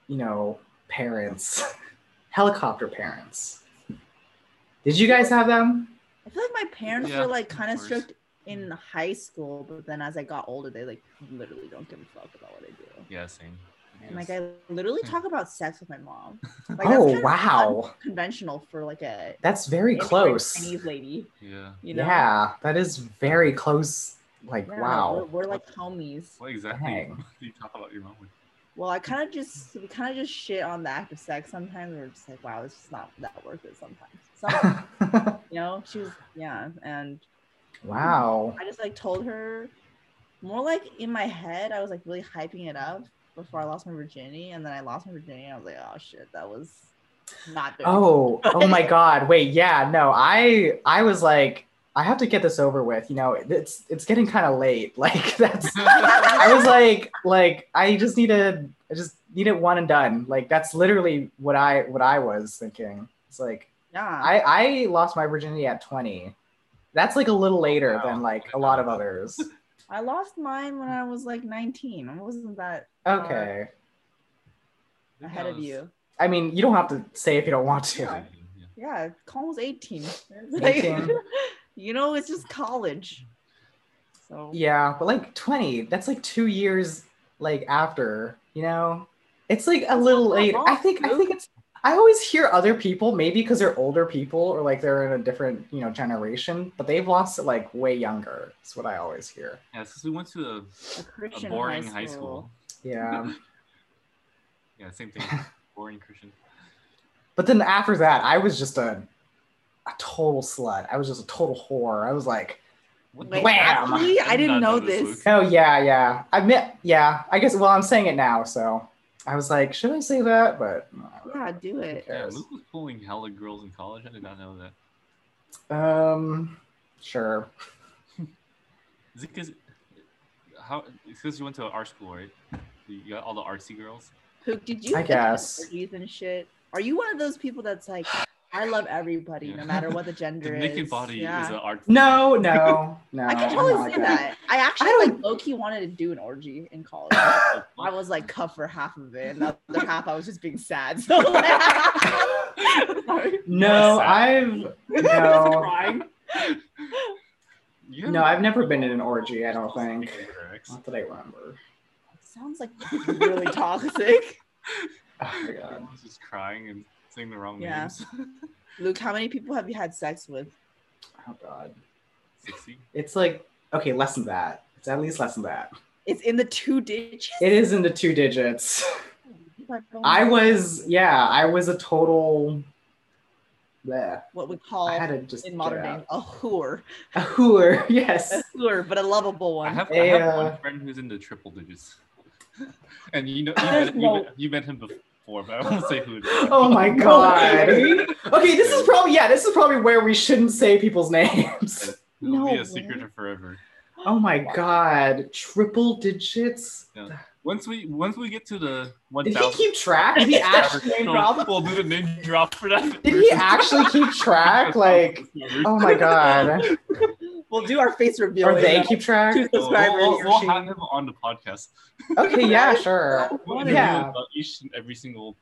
[SPEAKER 1] you know, parents, (laughs) helicopter parents. Did you guys have them?
[SPEAKER 2] I feel like my parents
[SPEAKER 3] Yeah,
[SPEAKER 2] were like kind of
[SPEAKER 3] of course. Mm.
[SPEAKER 2] strict in high school, but then as I got older, they like literally don't give a fuck about what I do.
[SPEAKER 3] yeah, same.
[SPEAKER 2] And like I
[SPEAKER 3] Hmm.
[SPEAKER 2] literally talk about sex with my
[SPEAKER 3] (laughs)
[SPEAKER 2] mom. Like, that's kind
[SPEAKER 1] oh
[SPEAKER 2] of
[SPEAKER 1] wow,
[SPEAKER 2] Conventional for like a
[SPEAKER 1] that's very
[SPEAKER 2] immigrant
[SPEAKER 1] close.
[SPEAKER 2] Chinese lady,
[SPEAKER 3] yeah.
[SPEAKER 2] you know?
[SPEAKER 1] Yeah, that is very close. Like
[SPEAKER 2] Yeah, We're,
[SPEAKER 1] wow.
[SPEAKER 2] we're like homies.
[SPEAKER 3] What exactly
[SPEAKER 1] Dang. (laughs)
[SPEAKER 3] do (laughs) you talk about your mom with?
[SPEAKER 2] Well, I kind of just we kind of just shit on the act of sex sometimes. We're just like, wow, it's just not that worth it sometimes. (laughs) Sometimes, you know, she was yeah, and
[SPEAKER 1] wow.
[SPEAKER 2] I just like told her more like in my head, I was like really hyping it up before I lost my virginity, and then I lost my virginity, and I was like, oh shit, that was not good. (laughs)
[SPEAKER 1] Oh, oh my god. Wait, yeah, no. I I was like I have to get this over with. You know, it's it's getting kind of late. (laughs) Like that's I was like like I just need to I just need it one and done. Like that's literally what I what I was thinking. It's like
[SPEAKER 2] yeah.
[SPEAKER 1] I, I lost my virginity at 20. That's like a little later
[SPEAKER 3] Wow.
[SPEAKER 1] than like a lot of others.
[SPEAKER 2] I, lost mine when I was like 19. I wasn't that
[SPEAKER 1] Okay.
[SPEAKER 2] ahead of you.
[SPEAKER 1] I mean, you don't have to say if you don't want to.
[SPEAKER 3] Yeah.
[SPEAKER 2] Yeah, Colin's (laughs) 18. Like, (laughs)
[SPEAKER 1] 18.
[SPEAKER 2] you know, it's just college. So
[SPEAKER 1] Yeah, but like 20, that's like 2 years like after, you know? It's like a little
[SPEAKER 2] not
[SPEAKER 1] later.
[SPEAKER 2] wrong,
[SPEAKER 1] I think I think it's I always hear other people maybe cuz they're older people or like they're in a different, you know, generation, but they've lost it like way younger. That's what I always hear.
[SPEAKER 3] Yeah, since we went to a,
[SPEAKER 2] a
[SPEAKER 3] a
[SPEAKER 2] Christian
[SPEAKER 3] boring high school.
[SPEAKER 1] Yeah.
[SPEAKER 3] Yeah,
[SPEAKER 1] (laughs)
[SPEAKER 3] same thing. boring Christian.
[SPEAKER 1] But then after that, I was just a a total slut. I was just a total whore. I was like,
[SPEAKER 3] What
[SPEAKER 2] Wait,
[SPEAKER 1] Wham!
[SPEAKER 2] actually, I
[SPEAKER 3] Did
[SPEAKER 2] didn't
[SPEAKER 3] not
[SPEAKER 2] know
[SPEAKER 3] know this,
[SPEAKER 2] this.
[SPEAKER 3] Luke.
[SPEAKER 1] oh yeah, yeah. I admit, yeah. I guess. Well, I'm saying it now, so I was like, should I say that? But
[SPEAKER 2] Yeah, do it.
[SPEAKER 3] Yeah,
[SPEAKER 1] Yes.
[SPEAKER 3] Luke was pulling hella girls in college. I did not know that.
[SPEAKER 1] um, sure.
[SPEAKER 3] Is it because how? Because you went to our school, right? You got all the artsy girls.
[SPEAKER 2] Pook, did you
[SPEAKER 1] I
[SPEAKER 2] think about
[SPEAKER 1] guess.
[SPEAKER 2] orgies and shit? Are you one of those people that's like, I love everybody, no
[SPEAKER 3] Yeah.
[SPEAKER 2] matter
[SPEAKER 3] (laughs)
[SPEAKER 2] what the
[SPEAKER 3] The
[SPEAKER 2] gender is?
[SPEAKER 3] naked body
[SPEAKER 2] yeah.
[SPEAKER 3] is an art.
[SPEAKER 1] No, no, no.
[SPEAKER 2] I can
[SPEAKER 1] I'm
[SPEAKER 2] totally
[SPEAKER 1] not
[SPEAKER 2] see
[SPEAKER 1] like
[SPEAKER 2] that. I actually
[SPEAKER 1] I
[SPEAKER 2] like low key wanted to do an orgy in
[SPEAKER 1] (laughs)
[SPEAKER 2] college.
[SPEAKER 3] Oh,
[SPEAKER 2] I
[SPEAKER 3] fuck.
[SPEAKER 2] was like cut for half of it, and the other half I was just being sad. (laughs) So like, sorry.
[SPEAKER 1] No,
[SPEAKER 3] Sad.
[SPEAKER 1] I've no,
[SPEAKER 3] Crying. You haven't-
[SPEAKER 1] no. I've never been in an orgy. I don't think.
[SPEAKER 3] Lyrics.
[SPEAKER 1] Not that I remember.
[SPEAKER 2] sounds like really toxic.
[SPEAKER 1] Oh my god.
[SPEAKER 3] Everyone's just crying and saying the wrong
[SPEAKER 2] Yeah.
[SPEAKER 3] names. (laughs)
[SPEAKER 2] Luke, how many people have you had sex with?
[SPEAKER 1] Oh god.
[SPEAKER 3] Sixty.
[SPEAKER 1] It's like okay, less than that. It's at least less than that.
[SPEAKER 2] It's in the two digits.
[SPEAKER 1] It is in the two digits. (laughs) I
[SPEAKER 2] I
[SPEAKER 1] was, yeah, I was a total. Bleh.
[SPEAKER 2] what we call
[SPEAKER 1] I had to just
[SPEAKER 2] in modern
[SPEAKER 1] get
[SPEAKER 2] day a whore,
[SPEAKER 1] (laughs) out. a hooer.
[SPEAKER 2] a
[SPEAKER 1] Yes,
[SPEAKER 2] whore, but a lovable
[SPEAKER 3] I
[SPEAKER 2] one.
[SPEAKER 3] have,
[SPEAKER 1] They,
[SPEAKER 3] I have
[SPEAKER 1] uh,
[SPEAKER 3] one friend who's in the triple digits, (laughs) and
[SPEAKER 1] (laughs)
[SPEAKER 3] you know you
[SPEAKER 2] There's
[SPEAKER 3] met, you,
[SPEAKER 2] no-
[SPEAKER 3] met, you met him before, but I won't say who. It is.
[SPEAKER 2] (laughs)
[SPEAKER 1] Oh my
[SPEAKER 3] (laughs)
[SPEAKER 1] God. Okay, this is probably yeah. This is probably where we shouldn't say people's (laughs) names.
[SPEAKER 3] It'll
[SPEAKER 2] No
[SPEAKER 3] be
[SPEAKER 2] way.
[SPEAKER 3] a secret of forever.
[SPEAKER 1] Oh my god, triple digits.
[SPEAKER 3] Once we once we get to the one
[SPEAKER 1] Did he
[SPEAKER 3] thousand,
[SPEAKER 1] keep track? Did he actually name drop?
[SPEAKER 3] We'll do the name drop for that.
[SPEAKER 1] Did he actually keep
[SPEAKER 3] (laughs)
[SPEAKER 1] track? Like, oh my
[SPEAKER 2] (laughs)
[SPEAKER 1] god,
[SPEAKER 2] We'll do our face reveal.
[SPEAKER 1] or they Oh,
[SPEAKER 2] later.
[SPEAKER 1] keep track?
[SPEAKER 2] (laughs) Two
[SPEAKER 3] We'll, we'll,
[SPEAKER 2] subscribers.
[SPEAKER 3] we'll have him on the podcast.
[SPEAKER 1] Okay, yeah, sure.
[SPEAKER 3] We'll
[SPEAKER 2] What
[SPEAKER 3] interview
[SPEAKER 1] Yeah.
[SPEAKER 3] him about each and every single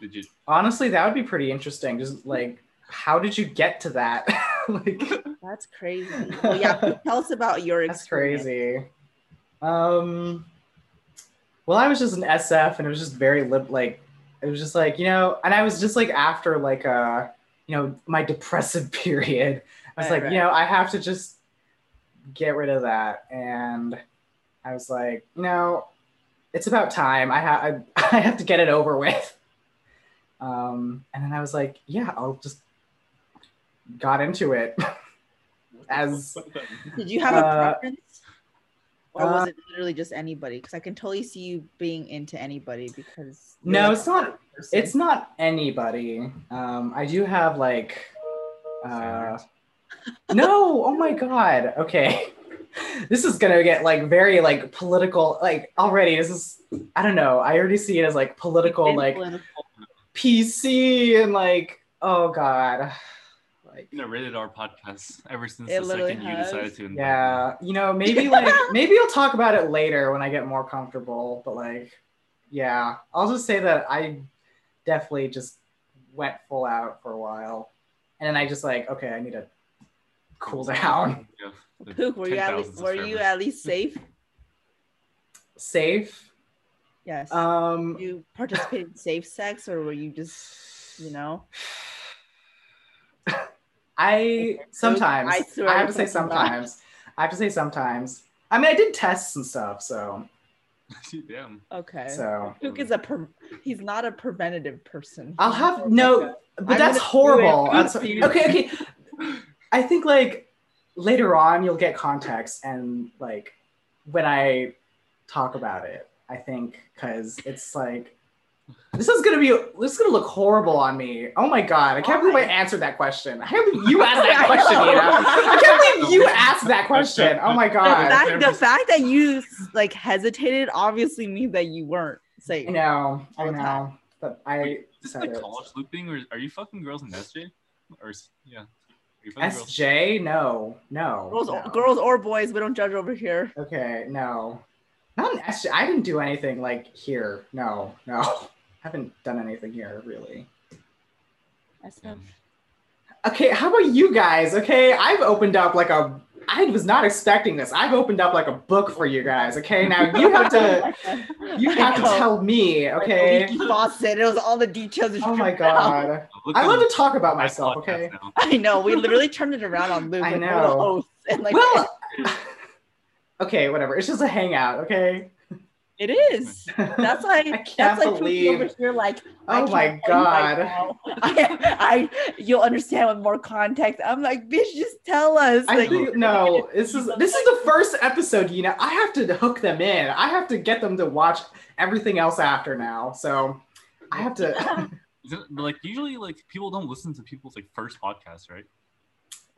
[SPEAKER 3] digit.
[SPEAKER 1] Honestly, that would be pretty interesting. Just like, how did you get to that? (laughs) like,
[SPEAKER 2] That's crazy. (laughs) Well, yeah, tell us about your
[SPEAKER 1] that's
[SPEAKER 2] experience.
[SPEAKER 1] crazy. Um, Well, I was just an SF, and it was just very lib- like it was just like you know, and I was just like after like uh you know my depressive (laughs) period, I was
[SPEAKER 2] Right,
[SPEAKER 1] like
[SPEAKER 2] right.
[SPEAKER 1] you know I have to just get rid of that, and I was like you know it's about time I have I, (laughs) I have to get it over with, um, and then I was like yeah I'll just got into it. (laughs)
[SPEAKER 3] (laughs)
[SPEAKER 1] As-
[SPEAKER 2] Did you have a
[SPEAKER 1] Uh,
[SPEAKER 2] preference? Or was it literally just anybody? Because I can totally see you being into anybody because you're,
[SPEAKER 1] No,
[SPEAKER 2] like,
[SPEAKER 1] it's not.
[SPEAKER 2] a person.
[SPEAKER 1] It's not anybody. Um, I do have like. Uh,
[SPEAKER 3] Standards.
[SPEAKER 1] no! Oh my god! Okay, (laughs) this is gonna get like very like political. Like already, this is. I don't know. I already see it as like political,
[SPEAKER 2] Been
[SPEAKER 1] like
[SPEAKER 2] political.
[SPEAKER 1] PC, and like oh god, (sighs) like
[SPEAKER 3] you know, rated our podcast ever since
[SPEAKER 2] It
[SPEAKER 3] the
[SPEAKER 2] literally
[SPEAKER 3] second you
[SPEAKER 2] has.
[SPEAKER 3] decided to invite me.
[SPEAKER 1] yeah. You
[SPEAKER 2] (laughs)
[SPEAKER 1] know, maybe like maybe I'll talk about it later when I get more comfortable. But like, yeah, I'll just say that I definitely just went full out for a while, and then I just like okay, I need to cool (laughs) down.
[SPEAKER 3] (laughs) Yeah. Like
[SPEAKER 2] Pook, were you at
[SPEAKER 3] 10,000
[SPEAKER 2] least were you
[SPEAKER 3] subscribers.
[SPEAKER 2] at
[SPEAKER 1] (laughs)
[SPEAKER 2] least safe?
[SPEAKER 1] safe.
[SPEAKER 2] Yes.
[SPEAKER 1] Um,
[SPEAKER 2] you participated in safe sex or were you just you know
[SPEAKER 1] I sometimes
[SPEAKER 2] I
[SPEAKER 1] I,
[SPEAKER 2] swear
[SPEAKER 1] have to
[SPEAKER 2] (laughs)
[SPEAKER 1] say
[SPEAKER 2] to God.
[SPEAKER 1] sometimes. I have to say sometimes. I mean, I did tests and stuff, so
[SPEAKER 3] (laughs) Damn.
[SPEAKER 2] okay
[SPEAKER 1] so
[SPEAKER 2] Pook is a pre- he's not a preventative person.
[SPEAKER 1] I'll have no, but that's horrible. That's- okay, okay. I think like later on you'll get context and like when I talk about it, I think because it's like this is gonna be this is gonna look horrible on me. Oh my god, I can't
[SPEAKER 2] Why?
[SPEAKER 1] believe I answered that question. I can't believe you asked that question, Nina. I can't believe you asked that question. Oh my
[SPEAKER 2] The
[SPEAKER 1] god.
[SPEAKER 2] fact, the fact that you like hesitated obviously means that you weren't safe.
[SPEAKER 1] I know, I
[SPEAKER 2] All the time.
[SPEAKER 1] know. But I
[SPEAKER 3] Wait, Is this
[SPEAKER 1] said
[SPEAKER 3] like
[SPEAKER 1] it.
[SPEAKER 3] college looping, or are you fucking girls in SJ? Or s- yeah, are you fucking girls?
[SPEAKER 1] SJ? No, no.
[SPEAKER 2] Girls,
[SPEAKER 1] no.
[SPEAKER 2] girls or boys, we don't judge over here.
[SPEAKER 1] Okay, no. Not an SJ. I didn't do anything like here. No, no. (laughs) haven't done anything here really.
[SPEAKER 3] Damn.
[SPEAKER 1] Okay, how about you guys? Okay, I've opened up like a I was not expecting this. I've opened up like a book for you guys. Okay, now you have
[SPEAKER 2] (laughs)
[SPEAKER 1] to you have to tell me. (laughs) Okay.
[SPEAKER 2] Boston. It was all the details. that
[SPEAKER 1] Oh
[SPEAKER 2] you
[SPEAKER 1] my
[SPEAKER 2] drew out.
[SPEAKER 1] god.
[SPEAKER 3] Look
[SPEAKER 1] I
[SPEAKER 3] on
[SPEAKER 1] love
[SPEAKER 3] my
[SPEAKER 1] to talk about myself.
[SPEAKER 3] podcast
[SPEAKER 1] Okay.
[SPEAKER 3] now.
[SPEAKER 2] I know. We literally turned it around on Luke.
[SPEAKER 1] I
[SPEAKER 2] like, we're the
[SPEAKER 1] know.
[SPEAKER 2] hosts, and like,
[SPEAKER 1] Well. (laughs) okay, whatever. It's just a hangout. Okay. (laughs)
[SPEAKER 2] it is. That's like
[SPEAKER 1] I can't
[SPEAKER 2] that's like Pookie's
[SPEAKER 1] believe.
[SPEAKER 2] over here. Like, I
[SPEAKER 1] Oh my
[SPEAKER 2] can't tell you right
[SPEAKER 1] god.
[SPEAKER 2] now. (laughs) I, I, you'll understand with more context. I'm like, bitch, just tell us.
[SPEAKER 1] I
[SPEAKER 2] like,
[SPEAKER 1] think
[SPEAKER 2] (laughs)
[SPEAKER 1] no. This is
[SPEAKER 2] People
[SPEAKER 1] this is the first episode. You know, I have to hook them in. I have to get them to watch everything else after now. So (laughs) I have to.
[SPEAKER 3] Is it- like usually, like people don't listen to people's like first podcast, right?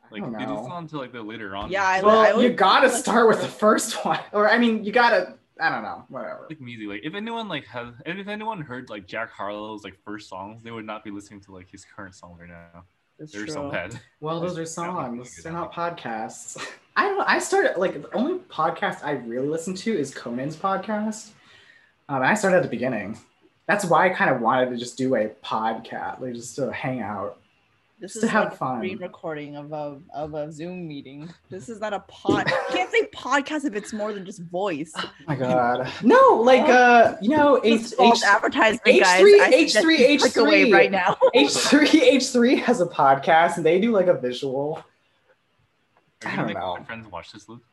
[SPEAKER 3] Like
[SPEAKER 1] don't
[SPEAKER 3] they
[SPEAKER 1] know.
[SPEAKER 3] listen on to like the later on.
[SPEAKER 2] Yeah, I-
[SPEAKER 1] well, you
[SPEAKER 2] would-
[SPEAKER 1] gotta start with the first one, or I mean, you gotta. I don't know. Whatever.
[SPEAKER 3] like music. Like if anyone like has, and if anyone heard like Jack Harlow's like first songs, they would not be listening to like his current song right now.
[SPEAKER 2] That's
[SPEAKER 3] They're
[SPEAKER 2] true.
[SPEAKER 3] so bad.
[SPEAKER 1] Well, those are
[SPEAKER 3] Like, that would be
[SPEAKER 1] songs.
[SPEAKER 3] good,
[SPEAKER 1] They're
[SPEAKER 3] I
[SPEAKER 1] not podcasts. (laughs) I don't. know. I started like the only podcast I really listen to is Conan's podcast. Um, and I started at the beginning. That's why I kind of wanted to just do a podcast, like just to hang out,
[SPEAKER 2] This
[SPEAKER 1] just to
[SPEAKER 2] is
[SPEAKER 1] have
[SPEAKER 2] like a
[SPEAKER 1] fun.
[SPEAKER 2] re-recording of a of a Zoom meeting. This is not a pod. you can't say podcast if it's more than just voice.
[SPEAKER 1] Oh my god. No,
[SPEAKER 2] Oh.
[SPEAKER 1] like uh, you know, H
[SPEAKER 2] It's false
[SPEAKER 1] H
[SPEAKER 2] advertisement, guys.
[SPEAKER 1] H3,
[SPEAKER 2] I think that's
[SPEAKER 1] H3,
[SPEAKER 2] the takeaway
[SPEAKER 1] H3.
[SPEAKER 2] right now. (laughs)
[SPEAKER 1] H three (laughs) H three has a podcast and they do like a visual.
[SPEAKER 3] Are
[SPEAKER 1] I
[SPEAKER 3] you gonna
[SPEAKER 1] don't
[SPEAKER 3] make all
[SPEAKER 1] know.
[SPEAKER 3] your friends watch this, Luke?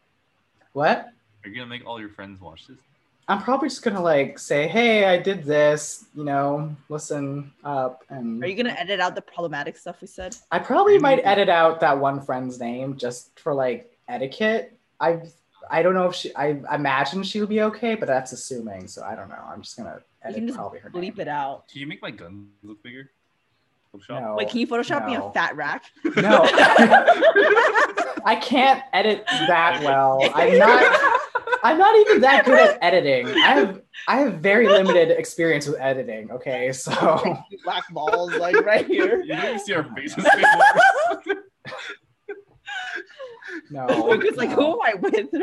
[SPEAKER 1] What?
[SPEAKER 3] Are you gonna make all your friends watch this?
[SPEAKER 1] I'm probably just gonna like say, hey, I did this, you know, listen up, and
[SPEAKER 2] Are you gonna edit out the problematic stuff we said?
[SPEAKER 1] I probably might edit out that one friend's name just for like etiquette. I I don't know if she. I imagine she would be okay, but that's assuming. So I don't know. I'm just gonna
[SPEAKER 2] You
[SPEAKER 1] edit
[SPEAKER 2] can just
[SPEAKER 1] probably her name.
[SPEAKER 2] Bleep it out.
[SPEAKER 3] Can you make my guns look bigger? Photoshop?
[SPEAKER 1] No,
[SPEAKER 2] Wait, can you Photoshop me a
[SPEAKER 1] no.
[SPEAKER 2] fat rack? (laughs)
[SPEAKER 1] no. (laughs) I can't edit that well. I'm
[SPEAKER 2] (laughs)
[SPEAKER 1] not. I'm not even that good at editing. I have I have very limited experience with editing. Okay, (laughs) so
[SPEAKER 2] Black balls, like right here.
[SPEAKER 1] (laughs)
[SPEAKER 3] You
[SPEAKER 2] (laughs)
[SPEAKER 3] don't even see our faces.
[SPEAKER 1] no.
[SPEAKER 2] Because like,
[SPEAKER 1] no.
[SPEAKER 2] who am
[SPEAKER 1] (laughs)
[SPEAKER 2] I with?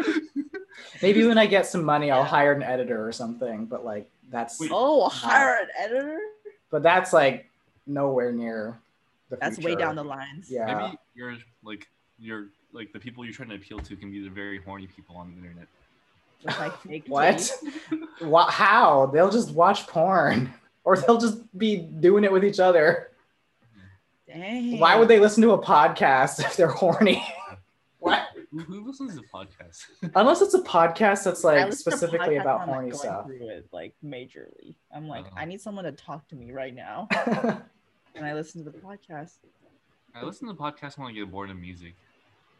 [SPEAKER 1] Maybe when I get some money, I'll hire an editor or something. But like that's
[SPEAKER 3] Wait.
[SPEAKER 2] Oh, hire an editor.
[SPEAKER 1] but that's like nowhere near. The
[SPEAKER 2] That's way
[SPEAKER 1] future.
[SPEAKER 2] down the lines.
[SPEAKER 1] Yeah.
[SPEAKER 3] Maybe you're like you're like the people you're trying to appeal to can be the very horny people on the internet.
[SPEAKER 2] with my fake
[SPEAKER 1] What?
[SPEAKER 2] (laughs) teeth.
[SPEAKER 1] (laughs) Wha how? They'll just watch porn (laughs) or they'll just be doing it with each other.
[SPEAKER 2] Dang.
[SPEAKER 1] Why would they listen to a podcast (laughs) if they're horny? What?
[SPEAKER 3] Who- Who listens to podcasts? (laughs)
[SPEAKER 1] Unless it's a podcast that's
[SPEAKER 2] I
[SPEAKER 1] like
[SPEAKER 2] listen to
[SPEAKER 1] specifically
[SPEAKER 2] podcasts
[SPEAKER 1] about
[SPEAKER 2] when I'm, like,
[SPEAKER 1] horny
[SPEAKER 2] going
[SPEAKER 1] stuff.
[SPEAKER 2] through it, like majorly. I'm like,
[SPEAKER 3] Uh-huh.
[SPEAKER 2] I need someone to talk to me right
[SPEAKER 1] (laughs)
[SPEAKER 2] now, and I listen to the podcast.
[SPEAKER 3] I listen to podcasts when I get bored of music.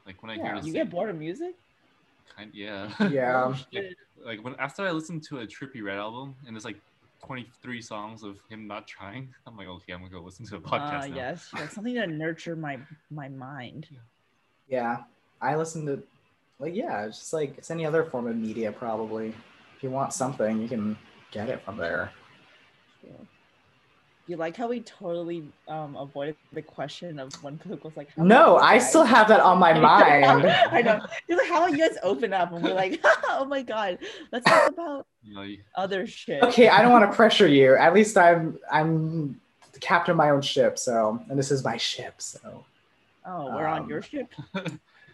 [SPEAKER 3] Like when I
[SPEAKER 1] Yeah.
[SPEAKER 3] hear
[SPEAKER 2] You get bored of music? Oh,
[SPEAKER 3] kind yeah.
[SPEAKER 1] (laughs) yeah.
[SPEAKER 3] (laughs) like when after I listened to a Trippy Red album and there's like 23 songs of him not trying, (laughs) I'm like, okay, I'm gonna go listen to a podcast
[SPEAKER 2] uh,
[SPEAKER 3] now.
[SPEAKER 2] yes, like something to nurture my my mind.
[SPEAKER 1] Yeah. I listen to like yeah, it's just like it's any other form of media probably. If you want something, you can get it from there.
[SPEAKER 2] You like how we totally um avoided the question of when Luke was like, how
[SPEAKER 1] No,
[SPEAKER 2] about you
[SPEAKER 1] I
[SPEAKER 2] guys?
[SPEAKER 1] still have that on
[SPEAKER 2] (laughs)
[SPEAKER 3] (laughs)
[SPEAKER 1] my mind.
[SPEAKER 2] I know. He's like, how about you guys open up? And we're like, (laughs) oh my god, let's talk about
[SPEAKER 3] You know, you-
[SPEAKER 2] other shit.
[SPEAKER 1] Okay, I don't want to pressure you. At least I'm I'm the captain of my own ship, so and this is my ship, so
[SPEAKER 2] Oh, we're on
[SPEAKER 1] Um,
[SPEAKER 2] your ship.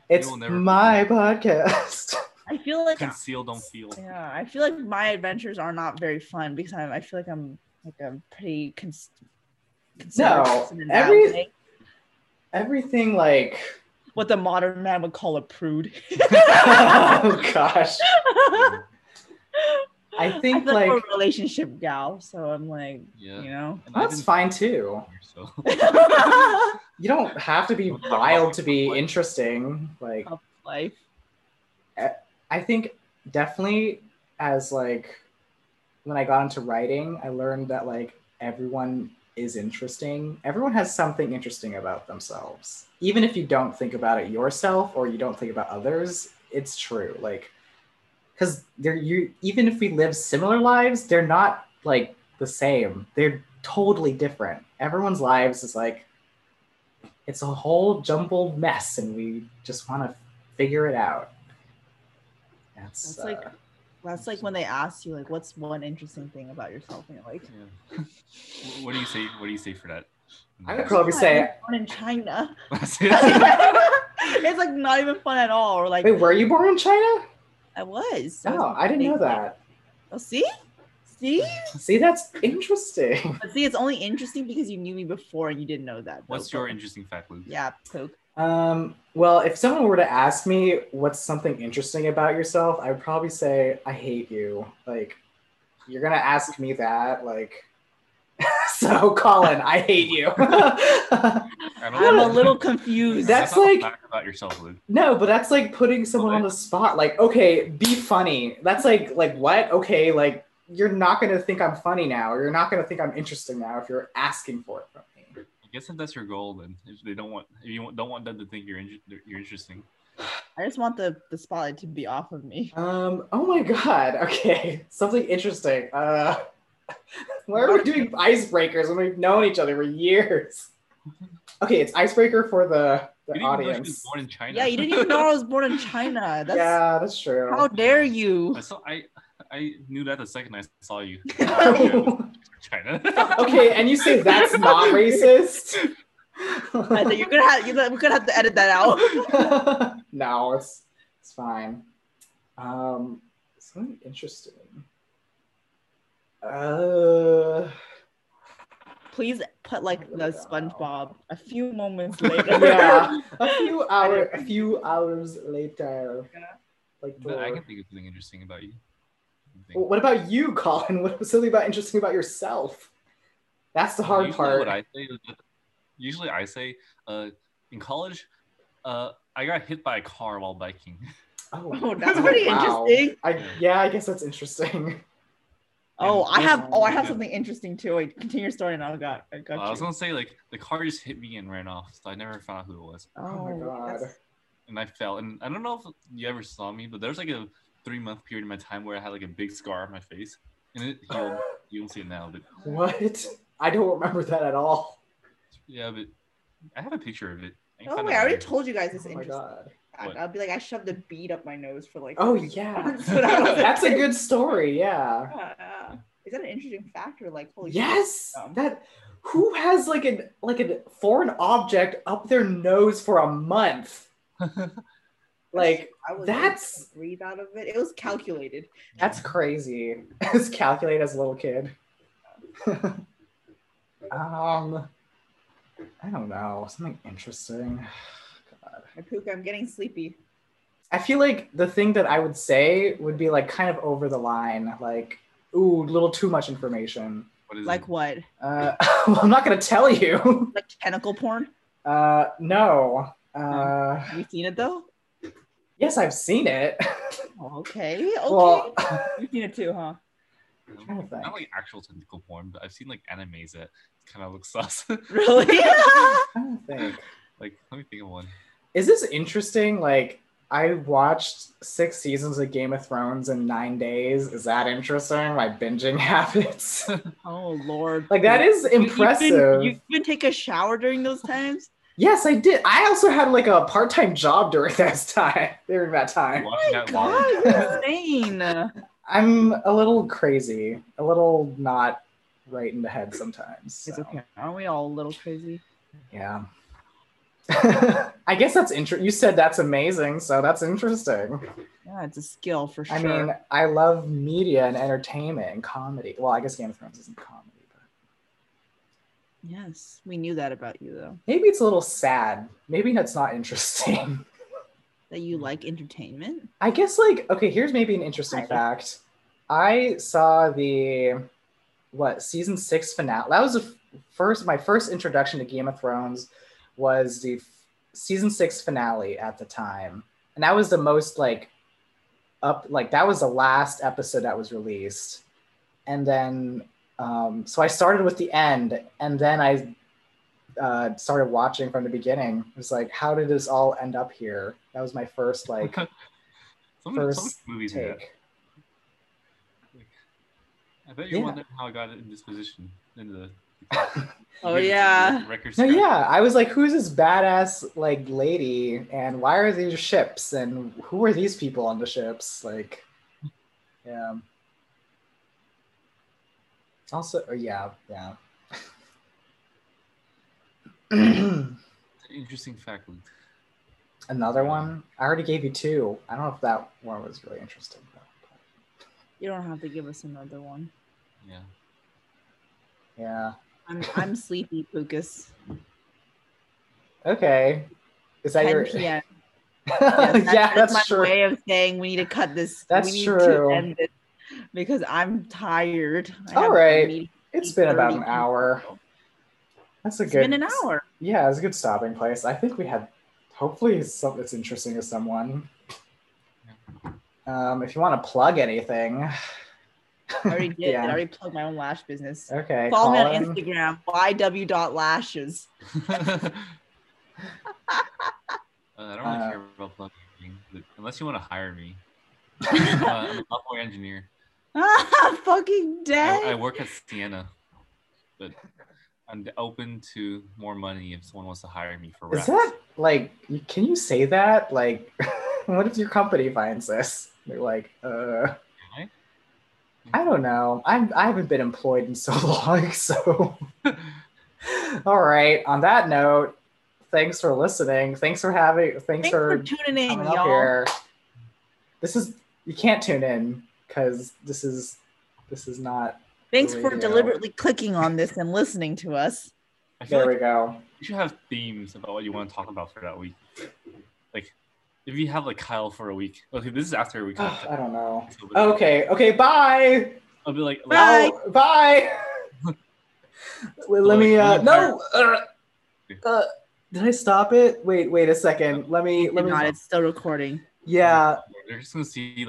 [SPEAKER 1] it's
[SPEAKER 3] will never be
[SPEAKER 1] my podcast. (laughs)
[SPEAKER 2] I feel like
[SPEAKER 3] conceal, don't feel.
[SPEAKER 2] Yeah, I feel like my adventures are not very fun because I'm, I feel like I'm like a pretty cons- considerate person in that
[SPEAKER 1] every-
[SPEAKER 2] way.
[SPEAKER 1] Everything
[SPEAKER 3] (laughs)
[SPEAKER 1] like
[SPEAKER 2] what the modern man would call a prude.
[SPEAKER 1] oh gosh. (laughs) I think,
[SPEAKER 2] feel I'm
[SPEAKER 1] like-
[SPEAKER 2] a relationship gal, so I'm like,
[SPEAKER 3] Yeah.
[SPEAKER 2] you know, (laughs)
[SPEAKER 3] And I
[SPEAKER 1] That's
[SPEAKER 3] didn't-
[SPEAKER 1] fine too.
[SPEAKER 3] (laughs) So
[SPEAKER 1] You don't have to be wild to be interesting.
[SPEAKER 3] Oh.
[SPEAKER 1] Like
[SPEAKER 2] life.
[SPEAKER 1] I think definitely as like when I got into writing, I learned that like everyone is interesting. Everyone has something interesting about themselves. Even if you don't think about it yourself or you don't think about others, it's true. Like cuz they're you even if we live similar lives, they're not like the same. They're totally different. Everyone's lives is like it's a whole jumbled mess and we just want to figure it out. That's,
[SPEAKER 2] That's like
[SPEAKER 1] uh,
[SPEAKER 2] that's like when they ask you like, what's one interesting thing about yourself, and you're like,
[SPEAKER 3] yeah. Wh- what do you say? What do you say for that?
[SPEAKER 1] I would probably say,
[SPEAKER 2] "Oh, born
[SPEAKER 1] (laughs)
[SPEAKER 2] in China. (laughs)
[SPEAKER 3] (laughs) probably.
[SPEAKER 2] it's like not even fun at all. Or like
[SPEAKER 1] wait, were you born in China?
[SPEAKER 2] I was. I was
[SPEAKER 1] No, I didn't know
[SPEAKER 2] like-
[SPEAKER 1] that.
[SPEAKER 2] Oh, see, see.
[SPEAKER 1] See, that's interesting. (laughs)
[SPEAKER 2] But see, it's only interesting because you knew me before and you didn't know that. though.
[SPEAKER 3] What's your interesting fact, Luke?
[SPEAKER 2] Yeah, Coke.
[SPEAKER 1] Um, well, if someone were to ask me what's something interesting about yourself, I would probably say, I hate you. Like, you're going to ask me that. Like, (laughs) so, Colin, I hate you. (laughs)
[SPEAKER 3] I don't
[SPEAKER 2] I'm a
[SPEAKER 3] know. (laughs)
[SPEAKER 2] little confused.
[SPEAKER 1] That's
[SPEAKER 3] not a
[SPEAKER 1] like-
[SPEAKER 3] fact about yourself, Luke.
[SPEAKER 1] No, but that's like putting someone on the spot. Like, okay, be funny. That's like, like what? Okay, like you're not gonna think I'm funny now, or you're not gonna think I'm interesting now if you're asking for it from me.
[SPEAKER 3] I guess if that's your goal, then if they don't want, if you want- don't want them to think you're in, you're interesting.
[SPEAKER 2] I just want the, the spotlight to be off of me.
[SPEAKER 1] Um. Oh my God. (laughs) Okay, something interesting. Uh, (laughs) why are we doing icebreakers when we've known each other for years? Okay, it's icebreaker for the
[SPEAKER 3] You
[SPEAKER 1] the
[SPEAKER 3] didn't even know she was
[SPEAKER 1] audience.
[SPEAKER 3] born in China.
[SPEAKER 2] Yeah, you didn't
[SPEAKER 3] (laughs)
[SPEAKER 2] even know I was born in China. That's
[SPEAKER 1] Yeah, that's true.
[SPEAKER 2] how dare you.
[SPEAKER 3] (laughs) I saw. I I knew that the second I
[SPEAKER 1] (laughs)
[SPEAKER 3] saw you. China.
[SPEAKER 1] okay, and you say that's
[SPEAKER 2] (laughs)
[SPEAKER 1] not racist.
[SPEAKER 2] I said, you're gonna have you're gonna, we're gonna have to edit that out.
[SPEAKER 1] (laughs) no, it's it's fine. Um, something interesting. Uh,
[SPEAKER 2] Please put like the SpongeBob a few moments later.
[SPEAKER 1] (laughs) yeah, a few hour, a few hours later. Like,
[SPEAKER 3] (laughs) But I
[SPEAKER 1] door.
[SPEAKER 3] can think of something interesting about you. I think.
[SPEAKER 1] Well, what about you, Colin? (laughs) What was something about interesting about yourself? That's the hard
[SPEAKER 3] usually
[SPEAKER 1] part.
[SPEAKER 3] What I say is that- usually I say, uh, in college, uh, I got hit by a car while biking. (laughs)
[SPEAKER 2] Oh, that's pretty
[SPEAKER 1] wow.
[SPEAKER 2] interesting.
[SPEAKER 1] I yeah, I guess that's interesting. (laughs)
[SPEAKER 2] (laughs) Oh, I have oh I have
[SPEAKER 3] Yeah.
[SPEAKER 2] something interesting too. Wait, continue your story and I got I got
[SPEAKER 3] I was
[SPEAKER 2] you.
[SPEAKER 3] gonna say like the car just hit me and ran off, so I never found out who it was,
[SPEAKER 1] Oh my god.
[SPEAKER 2] that's-
[SPEAKER 3] and I fell. And I don't know if you ever saw me, but there's like a three month period in my time where I had like a big scar on my face, and it
[SPEAKER 2] (gasps)
[SPEAKER 3] healed. you don't see it now, but
[SPEAKER 1] What? I don't remember that at all.
[SPEAKER 3] yeah, but I have a picture of it. can
[SPEAKER 2] Oh
[SPEAKER 3] find
[SPEAKER 2] wait,
[SPEAKER 3] it
[SPEAKER 2] I already
[SPEAKER 3] later.
[SPEAKER 2] told you guys this
[SPEAKER 1] Oh my
[SPEAKER 2] interesting
[SPEAKER 1] god.
[SPEAKER 2] fact.
[SPEAKER 3] What?
[SPEAKER 2] I'll be like, I shoved a bead up my nose for like.
[SPEAKER 1] Oh
[SPEAKER 2] three
[SPEAKER 1] yeah.
[SPEAKER 2] months when
[SPEAKER 1] (laughs)
[SPEAKER 2] I was a
[SPEAKER 1] That's a
[SPEAKER 2] kid.
[SPEAKER 1] good story, yeah.
[SPEAKER 2] Yeah, yeah. Is that an interesting factor? Like, holy shit.
[SPEAKER 1] Yes.
[SPEAKER 2] Um,
[SPEAKER 1] That who has like an like a foreign object up their nose for a month? Like
[SPEAKER 2] I was
[SPEAKER 1] that's
[SPEAKER 2] able to breathe out of it. It was calculated.
[SPEAKER 1] That's crazy. (laughs) It's calculated as a little kid. (laughs) um, I don't know. Something interesting.
[SPEAKER 2] My puka, I'm getting sleepy.
[SPEAKER 1] I feel like the thing that I would say would be like kind of over the line, like, ooh, a little too much information.
[SPEAKER 3] What is it?
[SPEAKER 2] Like what?
[SPEAKER 1] Uh, (laughs) well, I'm not going to tell you. (laughs)
[SPEAKER 2] Like tentacle porn?
[SPEAKER 1] Uh, no. Uh,
[SPEAKER 3] Hmm.
[SPEAKER 2] Have you seen it though?
[SPEAKER 1] yes, I've seen it. (laughs)
[SPEAKER 2] Oh, okay. Okay.
[SPEAKER 1] well, (laughs)
[SPEAKER 2] You've seen it too, huh?
[SPEAKER 3] I
[SPEAKER 1] trying to
[SPEAKER 3] don't-
[SPEAKER 1] think.
[SPEAKER 3] um, Not like actual tentacle porn, but I've seen like animes that kind of look (laughs) sus.
[SPEAKER 2] (laughs)
[SPEAKER 3] like,
[SPEAKER 2] Really?
[SPEAKER 1] I don't think.
[SPEAKER 3] let me think of one.
[SPEAKER 1] Is this interesting? Like, I watched six seasons of Game of Thrones in nine days. Is that interesting? My binging (laughs)
[SPEAKER 2] (laughs)
[SPEAKER 1] habits.
[SPEAKER 2] oh Lord.
[SPEAKER 1] like, that is
[SPEAKER 2] You- You
[SPEAKER 1] impressive.
[SPEAKER 2] even, you even take a shower during those times?
[SPEAKER 1] yes, I did. I also had like a part time job during (laughs) that time. During that time,
[SPEAKER 3] Watching
[SPEAKER 2] Oh My
[SPEAKER 3] that long.
[SPEAKER 2] God, you're
[SPEAKER 1] (laughs)
[SPEAKER 2] insane.
[SPEAKER 1] I'm a little crazy, a little not right in the head sometimes.
[SPEAKER 2] It's
[SPEAKER 1] so,
[SPEAKER 2] okay. Aren't we all a little crazy?
[SPEAKER 1] Yeah. (laughs) I guess that's interesting. You said that's amazing, so that's interesting.
[SPEAKER 2] Yeah, it's a skill for sure.
[SPEAKER 1] I mean, I love media and entertainment and comedy. Well, I guess Game of Thrones isn't comedy, but
[SPEAKER 2] yes, we knew that about you though.
[SPEAKER 1] maybe it's a little sad. Maybe that's not interesting.
[SPEAKER 2] That you like entertainment.
[SPEAKER 1] I guess, like, okay, here's maybe an interesting fact. I saw the what season six finale. That was the f- first my first introduction to Game of Thrones was the f- season six finale at the time, and that was the most like up like that was the last episode that was released, and then um, so I started with the end, and then I uh, started watching from the beginning. It was like, how did this all end up here? That was my first like
[SPEAKER 3] Some, some
[SPEAKER 1] first
[SPEAKER 3] movies do that.
[SPEAKER 1] take.
[SPEAKER 3] I bet you're
[SPEAKER 1] Yeah.
[SPEAKER 3] wondering how I got in this position in the.
[SPEAKER 2] Oh,
[SPEAKER 3] the
[SPEAKER 2] yeah.
[SPEAKER 1] (laughs)
[SPEAKER 3] Record
[SPEAKER 1] No,
[SPEAKER 3] scratch.
[SPEAKER 1] yeah, I was like, who's this badass like lady, and why are these ships, and who are these people on the ships? Like, yeah. Also, or yeah, yeah. (clears throat)
[SPEAKER 3] Interesting fact. Luke.
[SPEAKER 1] Another one. I already gave you two. I don't know if that one was really interesting. Though.
[SPEAKER 2] You don't have to give us another one.
[SPEAKER 3] Yeah. (laughs)
[SPEAKER 1] Yeah. (laughs)
[SPEAKER 2] I'm I'm sleepy, Pukas.
[SPEAKER 1] Okay. Is that
[SPEAKER 2] 10
[SPEAKER 1] your? (laughs)
[SPEAKER 2] p.m. Yes,
[SPEAKER 1] yeah,
[SPEAKER 2] my
[SPEAKER 1] that's true.
[SPEAKER 2] way of saying we need to cut this.
[SPEAKER 1] That's
[SPEAKER 2] we need
[SPEAKER 1] true.
[SPEAKER 2] To end this because I'm tired. I
[SPEAKER 1] All
[SPEAKER 2] have a
[SPEAKER 1] right.
[SPEAKER 2] meeting.
[SPEAKER 1] It's been about
[SPEAKER 2] 30
[SPEAKER 1] an hour. That's a
[SPEAKER 2] It's
[SPEAKER 1] good.
[SPEAKER 2] been an hour.
[SPEAKER 1] Yeah, it's a good stopping place. I think we had hopefully something that's interesting to someone. Um, if you want to plug anything,
[SPEAKER 2] I already
[SPEAKER 1] (laughs)
[SPEAKER 2] did.
[SPEAKER 1] Yeah.
[SPEAKER 2] I already plugged my own lash business.
[SPEAKER 1] okay.
[SPEAKER 2] Follow me on
[SPEAKER 1] Colin.
[SPEAKER 2] Instagram, (laughs) yw.lashes.
[SPEAKER 3] uh, I don't really
[SPEAKER 1] Uh,
[SPEAKER 3] care about plugging, but unless you want to hire me.
[SPEAKER 1] (laughs)
[SPEAKER 3] I'm a- I'm a software engineer.
[SPEAKER 2] Ah, fucking dead.
[SPEAKER 3] I, I work at Sienna, but I'm open to more money if someone wants to hire me for
[SPEAKER 1] Is
[SPEAKER 3] raps.
[SPEAKER 1] that like? you- Can you say that? Like, (laughs) what if your company finds this? They're like, uh,
[SPEAKER 3] Can
[SPEAKER 1] I don't know. I'm I haven't been employed in so (laughs) long.
[SPEAKER 2] (laughs)
[SPEAKER 1] So, all right. On that note, thanks for listening. Thanks for having. Thanks,
[SPEAKER 2] Thanks for tuning in,
[SPEAKER 1] coming up
[SPEAKER 2] y'all.
[SPEAKER 1] here. This is you can't tune in because this is this is not.
[SPEAKER 2] Thanks for
[SPEAKER 1] Radio.
[SPEAKER 2] deliberately clicking on this and listening to us.
[SPEAKER 3] I feel
[SPEAKER 1] There
[SPEAKER 3] like
[SPEAKER 1] we go. (sighs)
[SPEAKER 3] you should have themes about what you want to talk about for that week. Like, if you have like Kyle for a week. Okay, this is after we
[SPEAKER 1] Ugh, I
[SPEAKER 3] got.
[SPEAKER 1] don't know. Okay. Okay. Bye.
[SPEAKER 3] I'll be like,
[SPEAKER 2] Bye.
[SPEAKER 1] Oh, (laughs) bye. Wait, let me. Uh, no. Uh, uh, did I stop it? Wait. Wait a second. Let me. Let me.
[SPEAKER 2] Not, it's still recording.
[SPEAKER 1] Yeah.
[SPEAKER 3] they're just gonna see